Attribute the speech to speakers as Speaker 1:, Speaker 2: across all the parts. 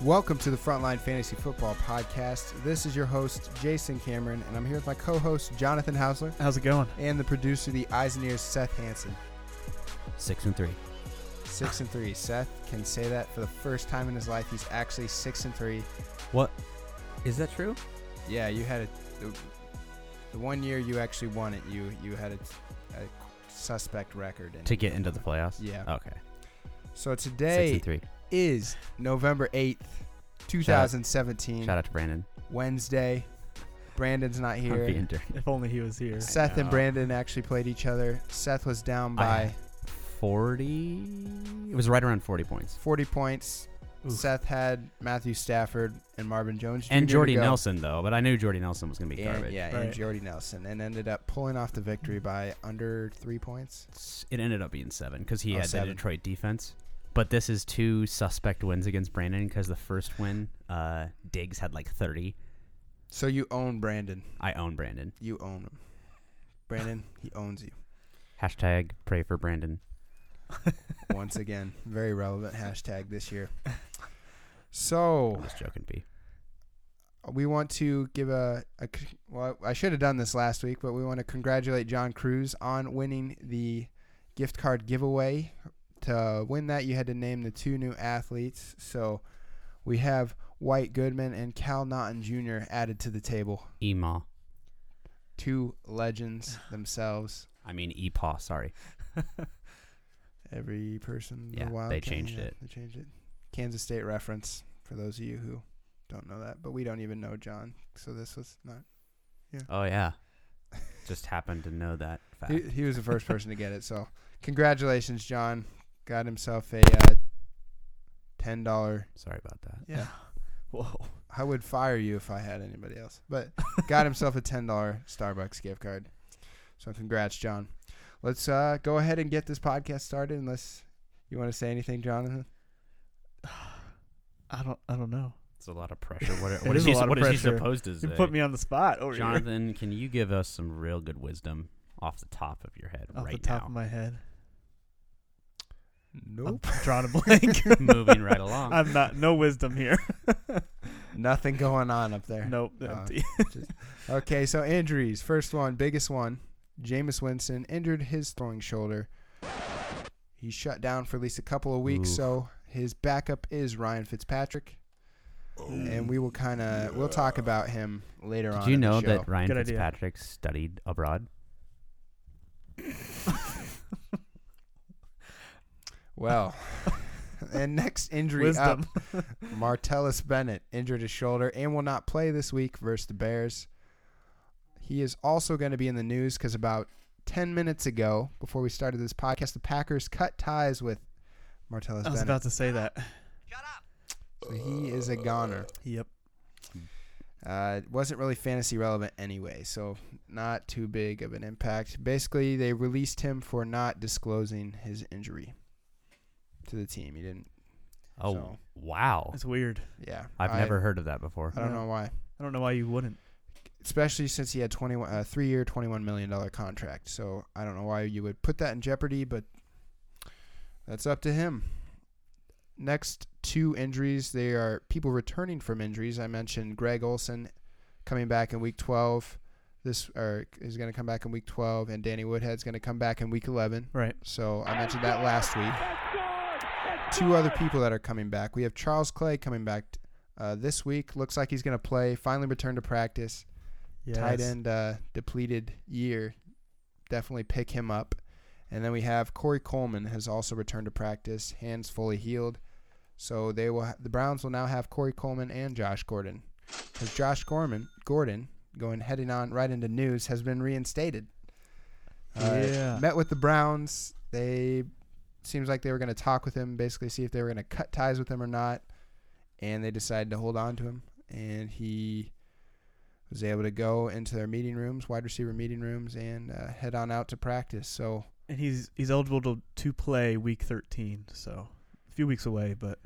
Speaker 1: Welcome to the Frontline Fantasy Football Podcast. This is your host, Jason Cameron, and I'm here with my co host, Jonathan Hausler,
Speaker 2: How's it going?
Speaker 1: and the producer, the eyes and ears, Seth Hansen.
Speaker 3: Six and three.
Speaker 1: Six and three. Seth can say that for the first time in his life. He's actually six and three.
Speaker 3: What? Is that true?
Speaker 1: Yeah, you had a. The, the one year you actually won it, you you had a, a suspect record. And,
Speaker 3: To get into the playoffs?
Speaker 1: yeah.
Speaker 3: Okay.
Speaker 1: So
Speaker 3: Six
Speaker 1: today
Speaker 3: and three.
Speaker 1: is November 8th, 2017,
Speaker 3: Shout out to Brandon.
Speaker 1: Wednesday. Brandon's not
Speaker 3: for
Speaker 1: here.
Speaker 3: being dirty.
Speaker 2: If only he was here.
Speaker 1: Seth and
Speaker 3: know.
Speaker 1: Brandon actually played each other. Seth was down by
Speaker 3: I- Forty. It was right around forty points.
Speaker 1: 40 points.
Speaker 2: Oof.
Speaker 1: Seth had Matthew Stafford and Marvin Jones.
Speaker 3: And
Speaker 1: Jr. to
Speaker 3: Jordy
Speaker 1: go.
Speaker 3: Nelson though, but I knew Jordy Nelson was gonna be
Speaker 1: And,
Speaker 3: garbage.
Speaker 1: yeah, and
Speaker 2: Right.
Speaker 1: Jordy Nelson, and ended up pulling off the victory by under three points.
Speaker 3: It's- It ended up being seven because he
Speaker 1: Oh,
Speaker 3: had
Speaker 1: seven.
Speaker 3: the Detroit defense. But this is two suspect wins against Brandon because the first win, uh, Diggs had like thirty.
Speaker 1: So you own Brandon.
Speaker 3: I own Brandon.
Speaker 1: You own him. Brandon, he owns you.
Speaker 3: Hashtag pray for Brandon.
Speaker 1: Once again, very relevant hashtag this year.
Speaker 3: I'm
Speaker 1: So
Speaker 3: just joking, B.
Speaker 1: we want to give a, a c- well, I should have done this last week, but we want to congratulate John Cruz on winning the gift card giveaway. To win that, you had to name the two new athletes. So we have White Goodman and Cal Naughton Jr. added to the table.
Speaker 3: Ema.
Speaker 1: Two legends themselves.
Speaker 3: I mean Epaw. Sorry.
Speaker 1: Every person. in the
Speaker 3: Yeah,
Speaker 1: wild
Speaker 3: they
Speaker 1: can-
Speaker 3: changed
Speaker 1: yeah,
Speaker 3: it.
Speaker 1: They changed it. Kansas State reference for those of you who don't know that, but we don't even know John, so this was not.
Speaker 3: Oh yeah. Just happened to know that fact.
Speaker 1: He, he was the first person to get it. So, congratulations, John. Got himself a uh, ten dollar.
Speaker 3: Sorry about that.
Speaker 1: Yeah.
Speaker 2: Whoa.
Speaker 1: I would fire you if I had anybody else, but got himself a ten dollar Starbucks gift card. So, congrats, John. Let's uh, go ahead and get this podcast started. Unless you want to say anything, Jonathan.
Speaker 2: I don't. I don't know.
Speaker 3: It's a lot of pressure. What,
Speaker 2: It
Speaker 3: what
Speaker 2: is
Speaker 3: is,
Speaker 2: a
Speaker 3: he,
Speaker 2: lot of
Speaker 3: what is he
Speaker 2: pressure.
Speaker 3: supposed to say?
Speaker 2: You put me on the spot over here.
Speaker 3: Jonathan, can you give us some real good wisdom off the top of your head
Speaker 2: Off
Speaker 3: right
Speaker 2: the top of
Speaker 3: now?
Speaker 2: my head.
Speaker 1: Nope.
Speaker 2: I'm drawing a blank.
Speaker 3: Moving right along.
Speaker 2: I'm not. No wisdom here.
Speaker 1: Nothing going on up there.
Speaker 2: nope.
Speaker 1: Uh,
Speaker 2: empty.
Speaker 1: Okay, so injuries. First one, biggest one. Jameis Winston injured his throwing shoulder. He's shut down for at least a couple of weeks,
Speaker 3: Oof.
Speaker 1: so his backup is Ryan Fitzpatrick. And we will kind of we'll talk about him later on.
Speaker 3: Did you
Speaker 1: in the
Speaker 3: know
Speaker 1: show.
Speaker 3: that Ryan
Speaker 2: Good idea.
Speaker 3: Fitzpatrick studied abroad?
Speaker 1: Well, and next injury
Speaker 2: Wisdom.
Speaker 1: up, Martellus Bennett injured his shoulder and will not play this week versus the Bears. He is also going to be in the news because about 10 minutes ago, before we started this podcast, the Packers cut ties with Martellus
Speaker 2: I was
Speaker 1: Bennett.
Speaker 2: about to say that.
Speaker 1: So he is a goner.
Speaker 2: Yep.
Speaker 1: Uh, it wasn't really fantasy relevant anyway, so not too big of an impact. Basically, they released him for not disclosing his injury to the team. He didn't.
Speaker 3: Oh,
Speaker 1: So-
Speaker 3: wow.
Speaker 2: It's weird.
Speaker 1: Yeah,
Speaker 3: I've
Speaker 1: I- Uh,
Speaker 3: never heard of that before.
Speaker 1: I don't
Speaker 2: Yeah.
Speaker 1: know why,
Speaker 2: I don't know why you wouldn't.
Speaker 1: especially since he had twenty one uh, three year twenty one million dollar contract. So I don't know why you would put that in jeopardy, but that's up to him. Next two injuries, they are people returning from injuries. I mentioned Greg Olson coming back in week 12. This or is going to come back in week 12, and Danny Woodhead's going to come back in week 11.
Speaker 2: Right.
Speaker 1: So I mentioned that last week. Two other people that are coming back. We have Charles Clay coming back uh, this week. Looks like he's going to play. Finally returned to practice.
Speaker 2: Yes.
Speaker 1: Tight end uh, depleted year. Definitely pick him up. And then we have Corey Coleman has also returned to practice, hands fully healed. So they will. Ha- the Browns will now have Corey Coleman and Josh Gordon, because Josh Gorman Gordon going heading on right into news has been reinstated.
Speaker 2: Uh,
Speaker 1: Uh,
Speaker 2: Yeah.
Speaker 1: Met with the Browns. They seems like they were going to talk with him, basically see if they were going to cut ties with him or not, and they decided to hold on to him. And he was able to go into their meeting rooms, wide receiver meeting rooms, and uh, head on out to practice. So
Speaker 2: And he's he's eligible to, to play week 13, so a few weeks away, but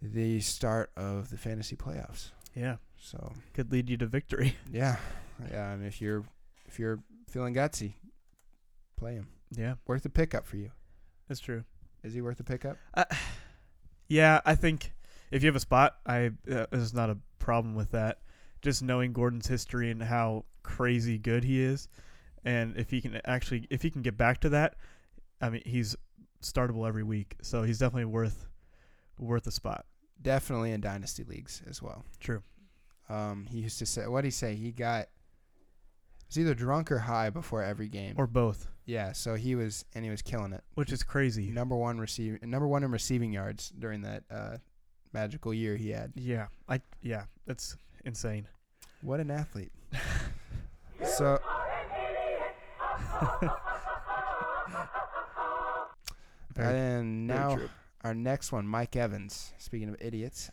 Speaker 1: the start of the fantasy playoffs.
Speaker 2: yeah,
Speaker 1: So
Speaker 2: could lead you to victory.
Speaker 1: Yeah, yeah. And if you're if you're feeling gutsy, play him.
Speaker 2: Yeah,
Speaker 1: Worth the pickup for you.
Speaker 2: that's true.
Speaker 1: Is he worth the pickup?
Speaker 2: Yeah, I think if you have a spot, I uh, there's not a problem with that. Just knowing Gordon's history and how crazy good he is, and if he can actually if he can get back to that, I mean he's startable every week, so he's definitely worth worth a spot.
Speaker 1: Definitely in dynasty leagues as well.
Speaker 2: True.
Speaker 1: Um, he used to say, what did he say? He got he was either drunk or high before every game.
Speaker 2: Or both,
Speaker 1: yeah, so he was and he was killing it.
Speaker 2: which is crazy.
Speaker 1: Number one receive, number one in receiving yards during that uh, magical year he had.
Speaker 2: Yeah, I yeah, that's insane.
Speaker 1: What an athlete! so,
Speaker 2: Very-
Speaker 1: and
Speaker 2: very
Speaker 1: now
Speaker 2: true.
Speaker 1: our next one, Mike Evans. Speaking of idiots,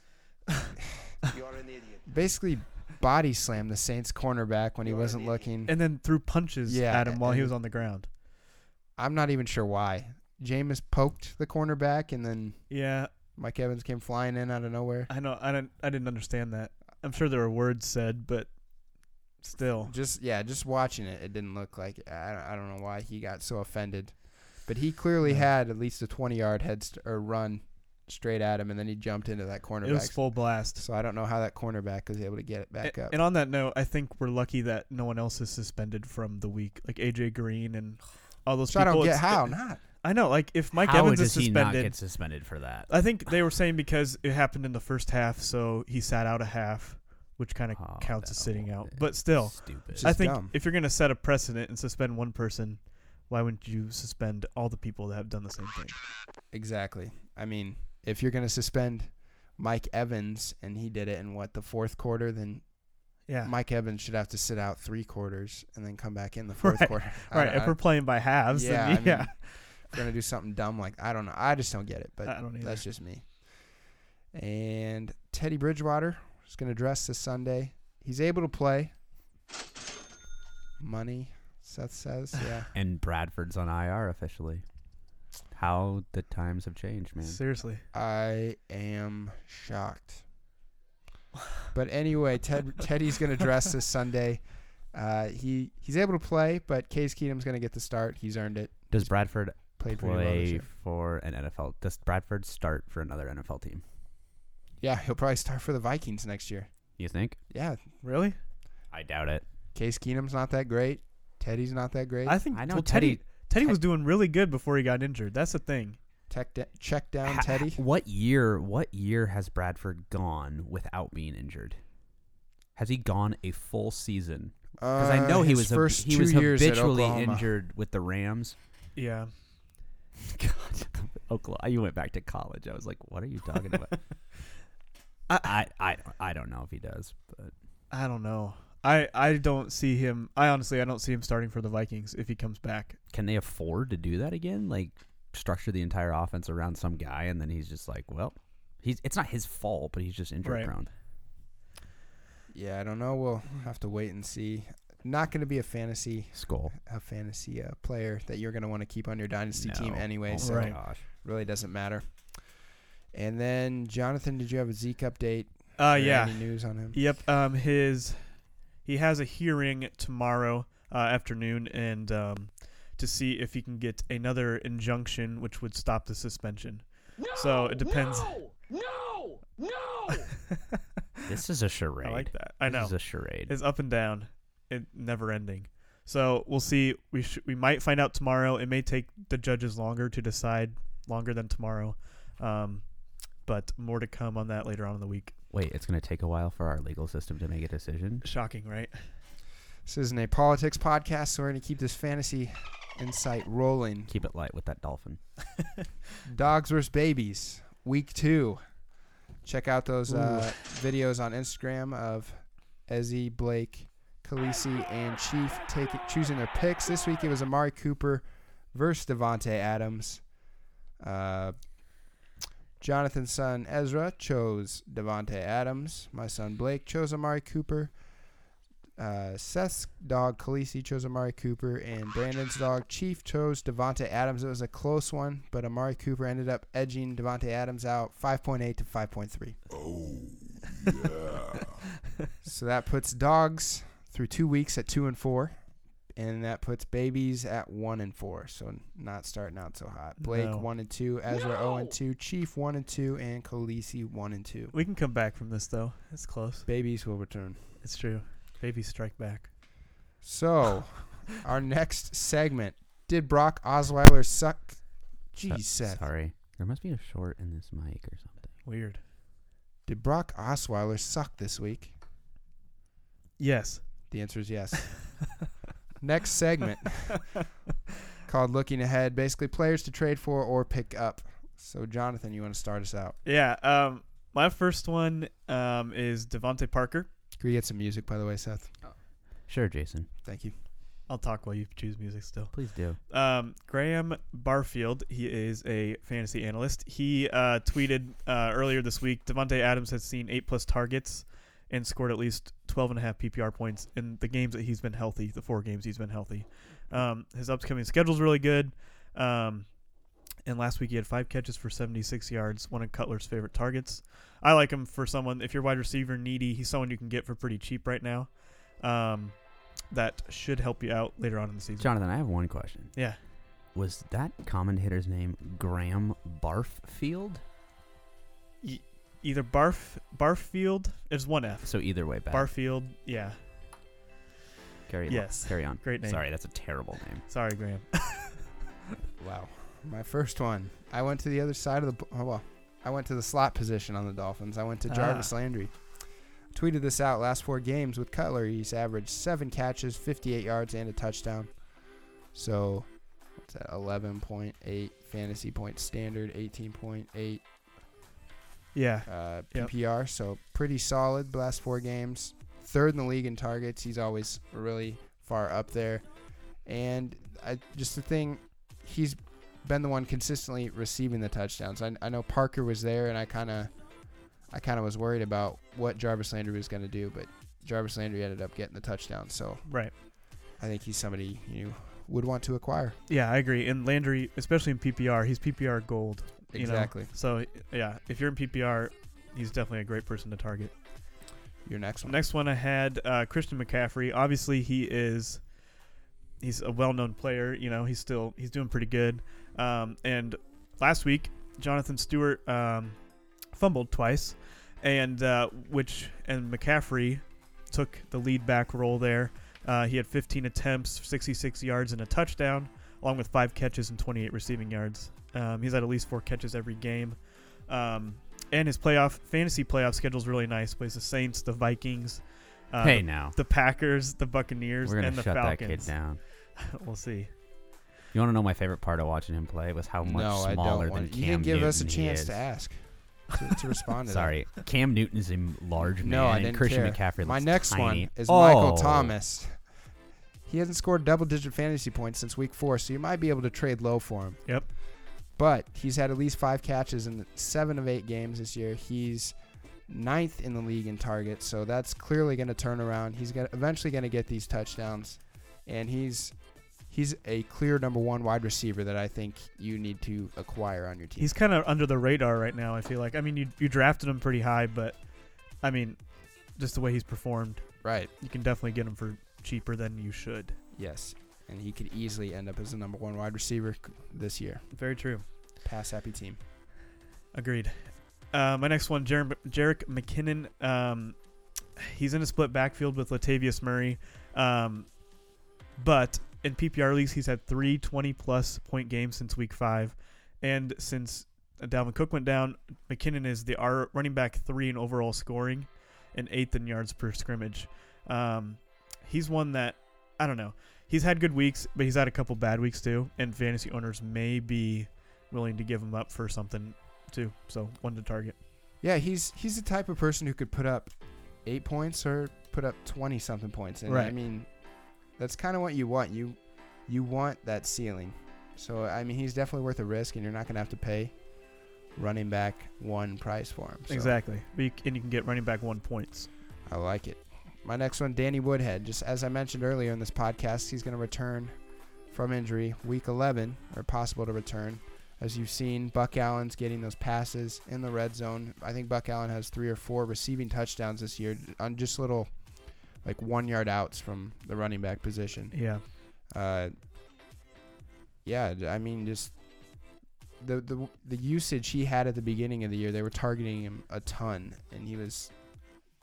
Speaker 1: basically body slammed the Saints cornerback when he wasn't looking.
Speaker 2: and then threw punches
Speaker 1: Yeah,
Speaker 2: at him while he
Speaker 1: and-
Speaker 2: was on the ground.
Speaker 1: I'm not even sure why. Jameis poked the cornerback, and then
Speaker 2: Yeah,
Speaker 1: Mike Evans came flying in out of nowhere.
Speaker 2: I know. I don't. I didn't understand that. I'm sure there were words said, but still,
Speaker 1: Just yeah, just watching it, it didn't look like I don't, I don't know why he got so offended, but he clearly
Speaker 2: No.
Speaker 1: had at least a 20 yard head st- or run straight at him, and then he jumped into that
Speaker 2: it was
Speaker 1: cornerback.
Speaker 2: full blast.
Speaker 1: so I don't know how that cornerback was able to get it back
Speaker 2: A-
Speaker 1: up.
Speaker 2: And on that note, I think we're lucky that no one else is suspended from the week, like AJ Green and all those
Speaker 1: So I
Speaker 2: people.
Speaker 1: don't get
Speaker 2: It's-
Speaker 1: how not.
Speaker 2: I know. Like if Mike
Speaker 3: How
Speaker 2: Evans
Speaker 3: does
Speaker 2: is
Speaker 3: he not
Speaker 2: suspended, Uh,
Speaker 3: get suspended for that?
Speaker 2: I think they were saying because it happened in the first half, so he sat out a half, which kind of
Speaker 3: Oh,
Speaker 2: counts as
Speaker 3: that-
Speaker 2: sitting out.
Speaker 3: that's
Speaker 2: But still,
Speaker 3: stupid.
Speaker 1: Just
Speaker 2: I think
Speaker 1: dumb.
Speaker 2: if you're going to set a precedent and suspend one person, why wouldn't you suspend all the people that have done the same thing?
Speaker 1: Exactly. I mean, if you're gonna suspend Mike Evans and he did it in what the fourth quarter, then
Speaker 2: Yeah.
Speaker 1: Mike Evans should have to sit out three quarters and then come back in the fourth
Speaker 2: Right.
Speaker 1: quarter. I
Speaker 2: All right,
Speaker 1: don't-
Speaker 2: if we're playing by halves,
Speaker 1: yeah,
Speaker 2: yeah,
Speaker 1: I mean,
Speaker 2: then, yeah.
Speaker 1: we're gonna do something dumb like I don't know. I just don't get it, but
Speaker 2: I don't either.
Speaker 1: that's just me. And Teddy Bridgewater is gonna dress this Sunday. He's able to play. Money, Seth says. Yeah.
Speaker 3: and Bradford's on IR officially. How the times have changed, man.
Speaker 2: Seriously,
Speaker 1: I am shocked. But anyway, Ted Teddy's going to dress this Sunday. Uh, he he's able to play, but Case Keenum's going to get the start. He's earned it.
Speaker 3: Does Bradford
Speaker 1: Played pretty well this
Speaker 3: play
Speaker 1: year.
Speaker 3: for an NFL? Does Bradford start for another NFL team?
Speaker 1: Yeah, he'll probably start for the Vikings next year.
Speaker 3: You think?
Speaker 1: Yeah,
Speaker 2: really?
Speaker 3: I doubt it.
Speaker 1: Case Keenum's not that great. Teddy's not that great.
Speaker 2: I think
Speaker 3: I know
Speaker 2: well, Teddy.
Speaker 3: Teddy-
Speaker 2: Teddy was doing really good before he got injured. That's the thing.
Speaker 1: Tech da- check down
Speaker 3: Ha-
Speaker 1: Teddy.
Speaker 3: What year? What year has Bradford gone without being injured? Has he gone a full season? Because I know
Speaker 1: Uh,
Speaker 3: he
Speaker 1: his
Speaker 3: was hab-
Speaker 1: first
Speaker 3: he
Speaker 1: two
Speaker 3: was
Speaker 1: years at
Speaker 3: habitually
Speaker 1: Oklahoma.
Speaker 3: injured with the Rams.
Speaker 2: Yeah.
Speaker 3: God, Oklahoma! You went back to college. I was like, what are you talking about? I, I I I don't know if he does, but
Speaker 2: I don't know. I I don't see him. I honestly I don't see him starting for the Vikings if he comes back.
Speaker 3: can they afford to do that again? Like structure the entire offense around some guy, and then he's just like, well, he's it's not his fault, but he's just injury
Speaker 2: Right.
Speaker 3: prone.
Speaker 1: Yeah, I don't know. We'll have to wait and see. Not going to be a fantasy
Speaker 3: Skull.
Speaker 1: a fantasy uh, player that you're going to want to keep on your dynasty team
Speaker 3: No.
Speaker 1: anyway.
Speaker 3: Oh
Speaker 1: so
Speaker 3: my
Speaker 2: Right.
Speaker 3: gosh.
Speaker 1: really doesn't matter. And then Jonathan, did you have a Zeke update?
Speaker 2: Uh
Speaker 1: or
Speaker 2: yeah.
Speaker 1: Any news on him?
Speaker 2: Yep. Um his he has a hearing tomorrow uh, afternoon and um to see if he can get another injunction which would stop the suspension. so it depends.
Speaker 3: This is a charade.
Speaker 2: I like that. I know.
Speaker 3: This is a charade.
Speaker 2: It's up and down, it never ending. So we'll see. We sh- we might find out tomorrow. It may take the judges longer to decide, longer than tomorrow. Um, but more to come on that later on in the week.
Speaker 3: Wait, it's going to take a while for our legal system to make a decision.
Speaker 2: Shocking, right?
Speaker 1: This isn't a politics podcast, so we're going to keep this fantasy insight rolling.
Speaker 3: Keep it light with that dolphin.
Speaker 1: Dogs vs. Babies, week two. Check out those
Speaker 2: Ooh.
Speaker 1: uh, videos on Instagram of Ezzy, Blake, Khaleesi, and Chief take choosing their picks. This week it was Amari Cooper versus Devontae Adams. Uh, Jonathan's son Ezra chose Devontae Adams. My son Blake chose Amari Cooper. Uh, Seth's dog Khaleesi chose Amari Cooper, and Brandon's dog Chief chose Devonte Adams. It was a close one, but Amari Cooper ended up edging Devonte Adams out 5.8 to 5.3. Oh yeah. so that puts dogs through two weeks at two and four, and that puts babies at one and four. So not starting out so hot. Blake
Speaker 2: No.
Speaker 1: one and two, Ezra zero and
Speaker 3: No.
Speaker 1: two, Chief one and two, and Khaleesi one and two.
Speaker 2: We can come back from this though. It's close.
Speaker 1: Babies will return.
Speaker 2: It's true. Babies strike back.
Speaker 1: So, our next segment: Did Brock Osweiler suck?
Speaker 3: So-
Speaker 1: Jeez, Seth.
Speaker 3: Sorry. There must be a short in this mic or something.
Speaker 2: Weird.
Speaker 1: Did Brock Osweiler suck this week?
Speaker 2: Yes.
Speaker 1: The answer is yes. Next segment called Looking Ahead, basically players to trade for or pick up. So, Jonathan, you want to start us out?
Speaker 2: Yeah. Um, my first one um, is Devonte Parker.
Speaker 1: Can we get some music, by the way, Seth?
Speaker 3: Sure, Jason.
Speaker 1: Thank you.
Speaker 2: I'll talk while you choose music still.
Speaker 3: Please do.
Speaker 2: Um, Graham Barfield, he is a fantasy analyst. He uh, tweeted uh, earlier this week Devontae Adams has seen eight plus targets and scored at least 12 and a half PPR points in the games that he's been healthy, the four games he's been healthy. Um, his upcoming schedule's really good. Um, and last week he had five catches for 76 yards, one of Cutler's favorite targets. I like him for someone, if you're wide receiver needy, he's someone you can get for pretty cheap right now. Um, that should help you out later on in the season.
Speaker 3: Jonathan, I have one question.
Speaker 2: Yeah.
Speaker 3: Was that common hitter's name Graham Barfield?
Speaker 2: either Barf Barfield. There's one F.
Speaker 3: So either way, bad.
Speaker 2: Barfield. Yeah.
Speaker 3: Carry on.
Speaker 2: Yes.
Speaker 3: Carry on.
Speaker 2: Great name.
Speaker 3: Sorry, that's a terrible name.
Speaker 2: Sorry, Graham.
Speaker 1: Wow. My first one. I went to the other side of the. b- Oh, well, I went to the slot position on the Dolphins. I went to Jarvis Landry. Tweeted this out last four games with Cutler. He's averaged seven catches, 58 yards, and a touchdown. So, what's that? 11.8 fantasy point standard, 18.8
Speaker 2: Yeah.
Speaker 1: uh,
Speaker 2: Yep.
Speaker 1: PPR, so pretty solid the last four games. Third in the league in targets. He's always really far up there. And I, just the thing, he's been the one consistently receiving the touchdowns. I, I know Parker was there, and I kind of, I kind of was worried about what Jarvis Landry was going to do, but Jarvis Landry ended up getting the touchdown. So
Speaker 2: Right.
Speaker 1: I think he's somebody you would want to acquire.
Speaker 2: Yeah, I agree. And Landry, especially in PPR, he's PPR gold. You know?
Speaker 1: Exactly.
Speaker 2: So yeah, if you're in PPR, he's definitely a great person to target.
Speaker 1: Your next one.
Speaker 2: Next one I had uh, Christian McCaffrey. Obviously, he is he's a well-known player. You know, he's still he's doing pretty good. Um, and last week, Jonathan Stewart um, fumbled twice, and uh, which and McCaffrey took the lead back role there. Uh, he had 15 attempts, 66 yards, and a touchdown, along with five catches and 28 receiving yards. Um, he's had at least four catches every game. Um, and his playoff fantasy playoff schedule is really nice. Plays the Saints, the Vikings, uh,
Speaker 3: hey,
Speaker 2: the,
Speaker 3: now.
Speaker 2: the Packers, the Buccaneers,
Speaker 3: We're going
Speaker 2: and the
Speaker 3: to shut that kid
Speaker 2: Falcons.
Speaker 3: down.
Speaker 2: we'll see.
Speaker 3: You want to know my favorite part of watching him play was how much
Speaker 1: no, I don't
Speaker 3: smaller
Speaker 1: want
Speaker 3: than
Speaker 1: it.
Speaker 3: Cam
Speaker 1: You didn't give us a
Speaker 3: Newton he
Speaker 1: chance to
Speaker 3: is.
Speaker 1: ask to, to respond to that.
Speaker 3: Sorry, Cam Newton is a m- large man.
Speaker 1: No, I
Speaker 3: and
Speaker 1: didn't
Speaker 3: Christian
Speaker 1: care.
Speaker 3: McCaffrey.
Speaker 1: My
Speaker 3: looks
Speaker 1: next
Speaker 3: tiny.
Speaker 1: one is
Speaker 3: Oh.
Speaker 1: Michael Thomas. He hasn't scored double digit fantasy points since week four, so you might be able to trade low for him.
Speaker 2: Yep.
Speaker 1: But he's had at least five catches in seven of eight games this year. He's ninth in the league in targets, so that's clearly going to turn around. He's gonna, eventually going to get these touchdowns, and he's he's a clear number one wide receiver that I think you need to acquire on your team.
Speaker 2: He's kind of under the radar right now. I feel like. I mean, you you drafted him pretty high, but I mean, just the way he's performed,
Speaker 1: right.
Speaker 2: you can definitely get him for cheaper than you should.
Speaker 1: Yes. And he could easily end up as the number one wide receiver c- this year.
Speaker 2: Very true.
Speaker 1: Pass happy team.
Speaker 2: Agreed. Uh, my next one, Jer- Jarek McKinnon. Um, he's in a split backfield with Latavius Murray, um, but in PPR leagues, he's had three 20-plus point games since Week Five, and since Dalvin Cook went down, McKinnon is the R running back three in overall scoring, and eighth in yards per scrimmage. Um, he's one that I don't know. He's had good weeks, but he's had a couple bad weeks too, and fantasy owners may be willing to give him up for something too. So one to target.
Speaker 1: Yeah, he's he's the type of person who could put up eight points or put up twenty something points. And I
Speaker 2: Right.
Speaker 1: mean that's kinda what you want. You you want that ceiling. So I mean he's definitely worth a risk and you're not gonna have to pay running back one price for him. So
Speaker 2: Exactly. But you, c- and you can get running back one points.
Speaker 1: I like it. My next one, Danny Woodhead. Just as I mentioned earlier in this podcast, he's gonna return from injury week eleven, or possible to return. As you've seen, Buck Allen's getting those passes in the red zone. I think Buck Allen has three or four receiving touchdowns this year on just little, like one yard outs from the running back position.
Speaker 2: Yeah.
Speaker 1: Uh, yeah, d- I mean, just the the the usage he had at the beginning of the year, they were targeting him a ton, and he was.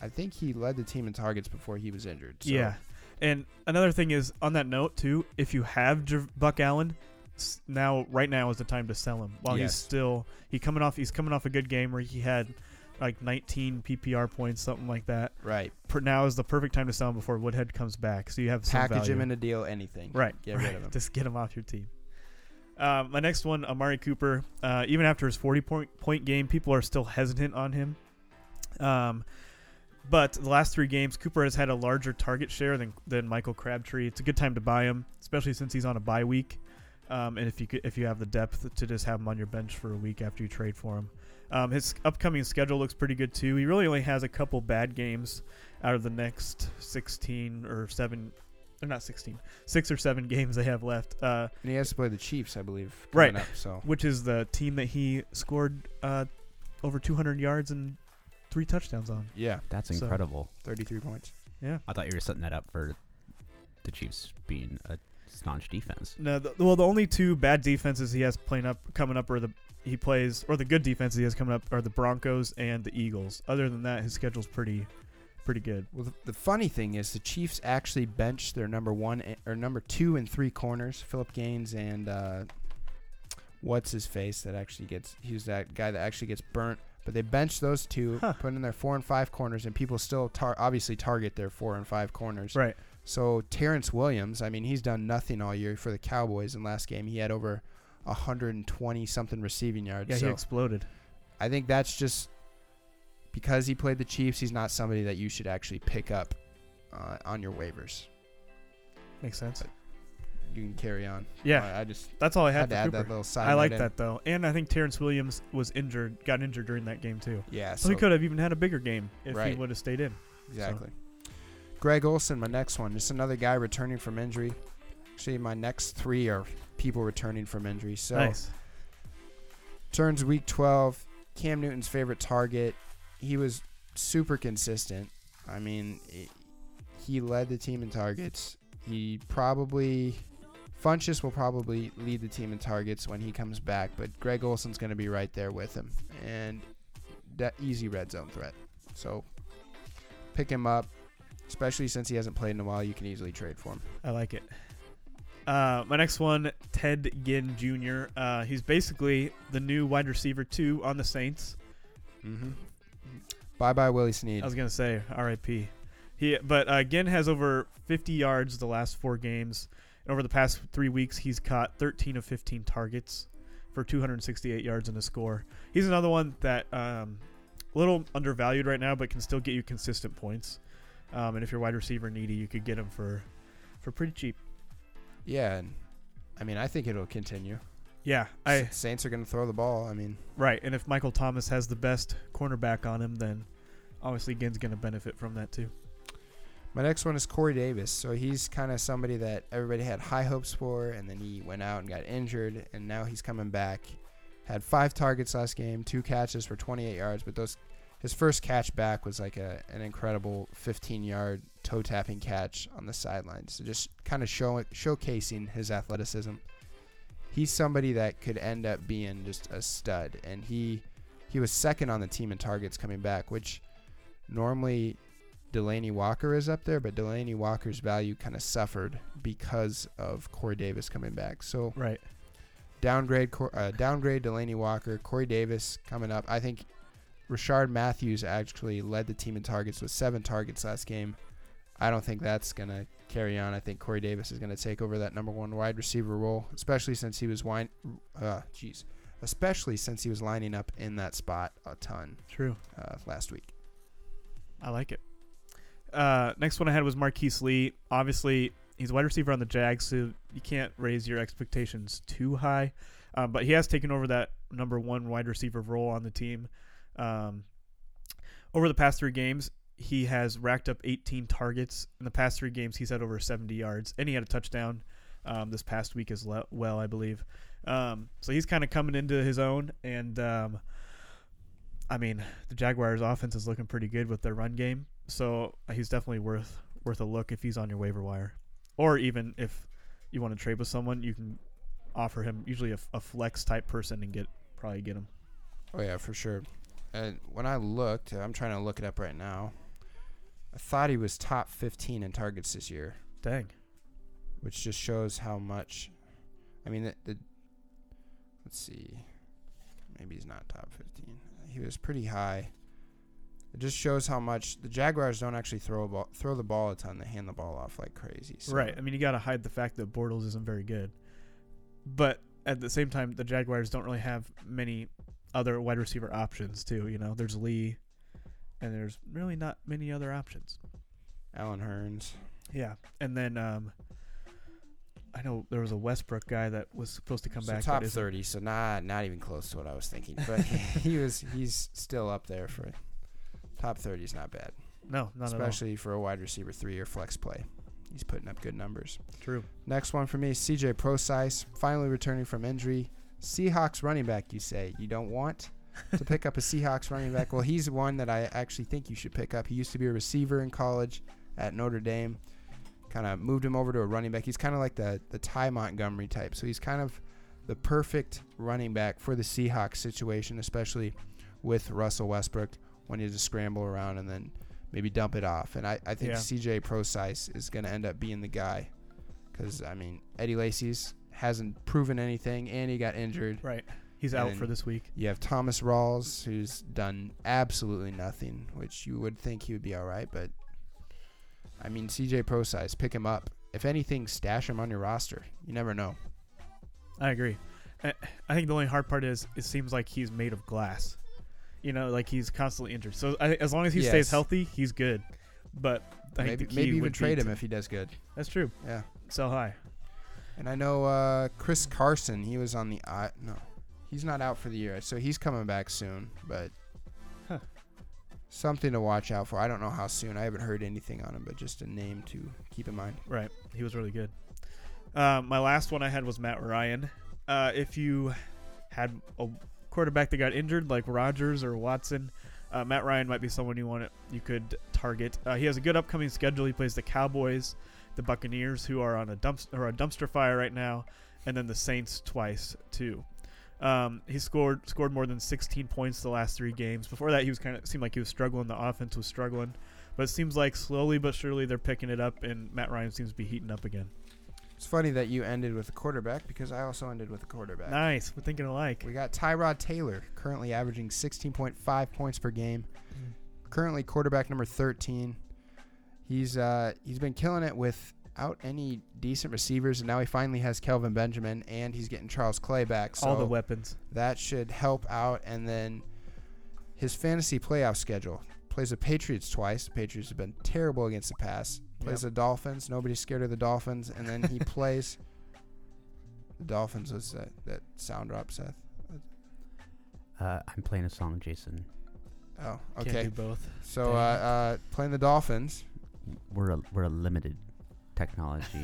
Speaker 1: I think he led the team in targets before he was injured. So
Speaker 2: Yeah. And another thing is on that note too, if you have Jav- Buck Allen, s- now right now is the time to sell him while
Speaker 1: Yes.
Speaker 2: he's still he coming off he's coming off a good game where he had like 19 PPR points something like that.
Speaker 1: Right.
Speaker 2: Per, now is the perfect time to sell him before Woodhead comes back, so you have some
Speaker 1: Package him
Speaker 2: value.
Speaker 1: in a deal, anything.
Speaker 2: Right.
Speaker 1: Get
Speaker 2: right.
Speaker 1: rid of him.
Speaker 2: Just get him off your team. Uh, my next one, Amari Cooper. Uh, even after his 40 point, point game, people are still hesitant on him. Um, but the last three games, Cooper has had a larger target share than, than Michael Crabtree. It's a good time to buy him, especially since he's on a bye week. Um, and if you could, if you have the depth to just have him on your bench for a week after you trade for him, um, his upcoming schedule looks pretty good too. He really only has a couple bad games out of the next 16 or seven, or not 16, six or seven games they have left, uh,
Speaker 1: And he has to play the Chiefs, I believe.
Speaker 2: Right.
Speaker 1: coming Up, so
Speaker 2: which is the team that he scored uh, over 200 yards and three touchdowns on.
Speaker 1: yeah,
Speaker 3: That's
Speaker 2: So-
Speaker 3: incredible.
Speaker 1: thirty-three points.
Speaker 3: I thought you were setting that up for the Chiefs being a staunch defense.
Speaker 2: No, the, well, the only two bad defenses he has playing up coming up are the he plays or the good defenses he has coming up are the Broncos and the Eagles. Other than that, his schedule's pretty, pretty good.
Speaker 1: Well, the, the funny thing is the Chiefs actually benched their number one a- or number two and three corners, Philip Gaines and uh, what's his face that actually gets he's that guy that actually gets burnt. But they benched those two,
Speaker 2: Huh.
Speaker 1: put in their four and five corners, and people still tar- obviously target their four and five corners.
Speaker 2: Right.
Speaker 1: So Terrence Williams, I mean, he's done nothing all year for the Cowboys. In last game, he had over 120 something receiving yards.
Speaker 2: Yeah,
Speaker 1: so
Speaker 2: he exploded.
Speaker 1: I think that's just because he played the Chiefs. He's not somebody that you should actually pick up uh, on your waivers.
Speaker 2: Makes sense.
Speaker 1: You can carry on. Uh,
Speaker 2: Yeah,
Speaker 1: I, I just
Speaker 2: that's all I
Speaker 1: had
Speaker 2: had,
Speaker 1: to add
Speaker 2: for
Speaker 1: that
Speaker 2: Cooper.
Speaker 1: little side.
Speaker 2: I
Speaker 1: note
Speaker 2: like
Speaker 1: in.
Speaker 2: that though, and I think Terrence Williams was injured, got injured during that game too.
Speaker 1: Yeah.
Speaker 2: So,
Speaker 1: So,
Speaker 2: he could have even had a bigger game if he
Speaker 1: Right.
Speaker 2: would have stayed in.
Speaker 1: exactly. Greg Olson, my next one. Just another guy returning from injury. Actually, my next three are people returning from injury. So
Speaker 2: nice.
Speaker 1: turns week 12 cam newton's favorite target he was super consistent i mean it, he led the team in targets he probably funchess will probably lead the team in targets when he comes back but greg olson's going to be right there with him and that easy red zone threat so pick him up especially since he hasn't played in a while you can easily trade for him
Speaker 2: I like it. Uh, my next one, Ted Ginn Jr. Uh, he's basically the new wide receiver two on the Saints.
Speaker 1: mm-hmm. bye-bye willie sneed
Speaker 2: I was gonna say R.I.P. He, but uh, Ginn has over 50 yards the last four games, and over the past three weeks, he's caught 13 of 15 targets for 268 yards and a score. He's another one that um, a little undervalued right now, but can still get you consistent points. Um, and if you're wide receiver needy, you could get him for for pretty cheap.
Speaker 1: yeah and, i mean i think it'll continue
Speaker 2: Yeah, I
Speaker 1: S- Saints are going to throw the ball. I mean,
Speaker 2: Right, and if Michael Thomas has the best cornerback on him, then obviously Ginn's going to benefit from that too.
Speaker 1: my next one is Corey Davis. So he's kind of somebody that everybody had high hopes for, and then he went out and got injured, and now he's coming back. Had five targets last game, two catches for 28 yards, but those his first catch back was like a, an incredible 15 yard toe tapping catch on the sideline. So just kind of show, showcasing his athleticism. He's somebody that could end up being just a stud, and he he was second on the team in targets coming back, which normally Delaney Walker is up there, but Delaney Walker's value kind of suffered because of Corey Davis coming back. So
Speaker 2: Right.
Speaker 1: downgrade, Cor- uh, downgrade Delaney Walker, Corey Davis coming up. I think Richard Matthews actually led the team in targets with seven targets last game. I don't think that's gonna carry on. I think Corey Davis is gonna take over that number one wide receiver role, especially since he was wine. Uh, jeez, especially since he was lining up in that spot a ton
Speaker 2: True.
Speaker 1: uh, last week.
Speaker 2: I like it. Uh, next one I had was Marquise Lee. Obviously, he's a wide receiver on the Jags, so you can't raise your expectations too high. Um, but he has taken over that number one wide receiver role on the team. Um, over the past three games, he has racked up 18 targets. In the past three games, he's had over 70 yards, and he had a touchdown um, this past week as le- well, I believe. Um, so he's kind of coming into his own, and um, I mean, the Jaguars' offense is looking pretty good with their run game, so he's definitely worth worth a look if he's on your waiver wire, or even if you want to trade with someone, you can offer him usually a, f- a flex type person and get probably get him.
Speaker 1: Oh yeah, for sure. And when I looked, I'm trying to look it up right now. I thought he was top 15 in targets this year,
Speaker 2: Dang.
Speaker 1: which just shows how much. I mean, the, the let's see, maybe he's not top 15. He was pretty high. It just shows how much the Jaguars don't actually throw a ball, throw the ball a ton. They hand the ball off like crazy. So
Speaker 2: Right. I mean, you got to hide the fact that Bortles isn't very good. But at the same time, the Jaguars don't really have many other wide receiver options, too. You know, there's Lee, and there's really not many other options.
Speaker 1: Alan Hearns.
Speaker 2: Yeah. And then um, I know there was a Westbrook guy that was supposed to come
Speaker 1: So
Speaker 2: back.
Speaker 1: top
Speaker 2: but isn't.
Speaker 1: 30, so not not even close to what I was thinking. But he was he's still up there for top 30 is not bad,
Speaker 2: No, not
Speaker 1: especially for a wide receiver three or flex play. He's putting up good numbers.
Speaker 2: at all. True.
Speaker 1: Next one for me, CJ Procise, finally returning from injury. Seahawks running back, you say you don't want to pick up a Seahawks running back. Well, he's one that I actually think you should pick up. He used to be a receiver in college at Notre Dame. Kind of moved him over to a running back. He's kind of like the the Ty Montgomery type. So he's kind of the perfect running back for the Seahawks situation, especially with Russell Westbrook when you just scramble around and then maybe dump it off. And I, I think
Speaker 2: Yeah.
Speaker 1: CJ Procise is going to end up being the guy because, I mean, Eddie Lacy's hasn't proven anything and he got injured.
Speaker 2: Right. He's out for
Speaker 1: And-
Speaker 2: this week.
Speaker 1: You have Thomas Rawls, who's done absolutely nothing, which you would think he would be all right, but I mean, CJ Procise, pick him up. If anything, stash him on your roster. You never know.
Speaker 2: I agree. I I think the only hard part is it seems like he's made of glass. You know, like he's constantly injured. So I, as long as he
Speaker 1: Yes.
Speaker 2: stays healthy, he's good. But I
Speaker 1: Maybe,
Speaker 2: think the key
Speaker 1: maybe even
Speaker 2: would be
Speaker 1: trade him
Speaker 2: to-
Speaker 1: if he does good.
Speaker 2: That's true.
Speaker 1: Yeah.
Speaker 2: Sell high.
Speaker 1: And I know uh, Chris Carson. He was on the I no, he's not out for the year, so he's coming back soon. But
Speaker 2: Huh.
Speaker 1: something to watch out for. I don't know how soon. I haven't heard anything on him, but just a name to keep in mind.
Speaker 2: Right. He was really good. Uh, my last one I had was Matt Ryan. Uh, if you had a quarterback that got injured, like Rodgers or Watson, uh, Matt Ryan might be someone you want you could target. Uh, he has a good upcoming schedule. He plays the Cowboys, the Buccaneers, who are on a dumps or a dumpster fire right now, and then the Saints twice too. Um, he scored scored more than 16 points the last three games. Before that, he was kind of seemed like he was struggling. The offense was struggling. But it seems like slowly but surely they're picking it up, and Matt Ryan seems to be heating up again.
Speaker 1: It's funny that you ended with a quarterback because I also ended with a quarterback.
Speaker 2: Nice. We're thinking alike.
Speaker 1: We got Tyrod Taylor, currently averaging 16.5 points per game.
Speaker 2: Hmm.
Speaker 1: Currently quarterback number 13. He's uh, he's been killing it without any decent receivers, and now he finally has Kelvin Benjamin, and he's getting Charles Clay back. So
Speaker 2: All the weapons.
Speaker 1: that should help out. And then his fantasy playoff schedule plays the Patriots twice. The Patriots have been terrible against the pass. Plays the Dolphins. Nobody's scared of the Dolphins. And then he plays the Dolphins. Was that that sound drop, Seth?
Speaker 3: Uh, I'm playing a song, Jason.
Speaker 1: Oh,
Speaker 2: Can't do
Speaker 1: okay.
Speaker 2: both.
Speaker 1: So uh, uh, playing the Dolphins,
Speaker 3: We're a we're a limited technology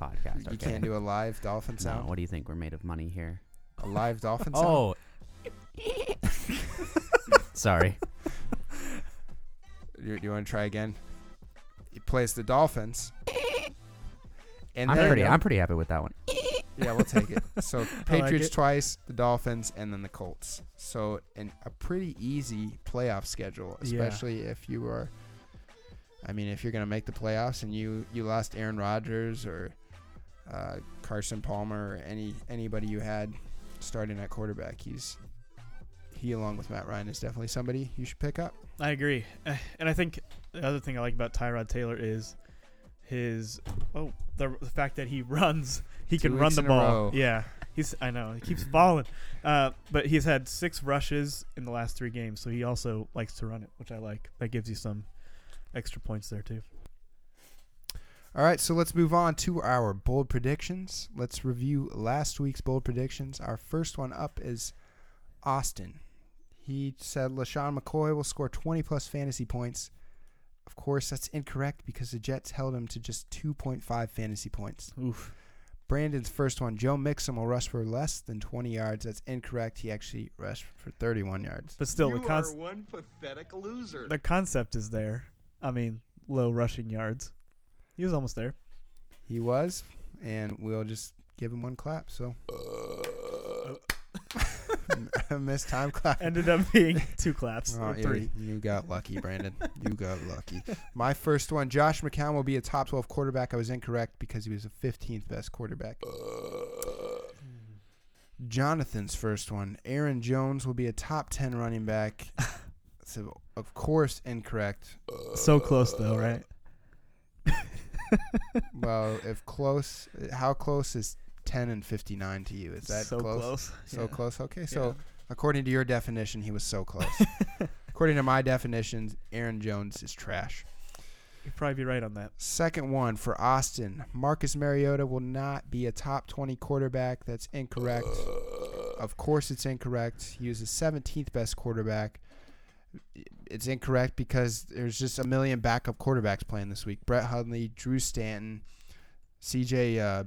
Speaker 3: podcast.
Speaker 1: you
Speaker 3: okay?
Speaker 1: can't do a live dolphin
Speaker 3: No,
Speaker 1: sound.
Speaker 3: what do you think? We're made of money here.
Speaker 1: A live dolphin sound.
Speaker 3: Oh. Sorry. Oh.
Speaker 1: you, you want to try again? He plays the Dolphins. And
Speaker 3: I'm
Speaker 1: there you
Speaker 3: pretty
Speaker 1: go.
Speaker 3: I'm pretty happy with that one.
Speaker 1: Yeah, we'll take it. So Patriots
Speaker 2: it.
Speaker 1: twice, the Dolphins, and then the Colts. So an, a pretty easy playoff schedule,
Speaker 2: Yeah.
Speaker 1: especially if you are. I mean, if you're going to make the playoffs and you you lost Aaron Rodgers or uh, Carson Palmer or any anybody you had starting at quarterback, he's he along with Matt Ryan is definitely somebody you should pick up.
Speaker 2: I agree. Uh, And I think the other thing I like about Tyrod Taylor is his oh the, the fact that he runs. He
Speaker 1: Two
Speaker 2: can run
Speaker 1: weeks
Speaker 2: the
Speaker 1: in a
Speaker 2: ball.
Speaker 1: row.
Speaker 2: Yeah. He's I know he keeps balling, uh, but he's had six rushes in the last three games. So he also likes to run it, which I like. That gives you some extra points there too.
Speaker 1: All right, so let's move on to our bold predictions. Let's review last week's bold predictions. Our first one up is Austin. He said LaShawn McCoy will score 20 plus fantasy points. Of course, that's incorrect because the Jets held him to just 2.5 fantasy points.
Speaker 2: Oof.
Speaker 1: Brandon's first one, Joe Mixon will rush for less than 20 yards. That's incorrect. He actually rushed for 31 yards.
Speaker 2: But still,
Speaker 4: you
Speaker 2: the const-
Speaker 4: are one pathetic loser.
Speaker 2: the concept is there. I mean, low rushing yards. He was almost there.
Speaker 1: He was, and we'll just give him one clap. So, missed time clap.
Speaker 2: Ended up being two claps
Speaker 1: Oh,
Speaker 2: or
Speaker 1: yeah,
Speaker 2: three.
Speaker 1: You got lucky, Brandon. you got lucky. My first one Josh McCown will be a top 12 quarterback. I was incorrect because he was the 15th best quarterback. Jonathan's first one Aaron Jones will be a top 10 running back. So, of course, incorrect.
Speaker 2: So close
Speaker 1: uh,
Speaker 2: though, right?
Speaker 1: Well, if close, how close is 10 and 59 to you? Is that
Speaker 2: so
Speaker 1: close? So
Speaker 2: Yeah.
Speaker 1: close. Okay, so
Speaker 2: Yeah.
Speaker 1: according to your definition, he was so close. according to my definition, Aaron Jones is trash.
Speaker 2: You'd probably be right on that.
Speaker 1: Second one for Austin. Marcus Mariota will not be a top 20 quarterback. That's incorrect. Of course, it's incorrect. He was the 17th best quarterback. It's incorrect because there's just a million backup quarterbacks playing this week. Brett Hundley, Drew Stanton, CJ uh,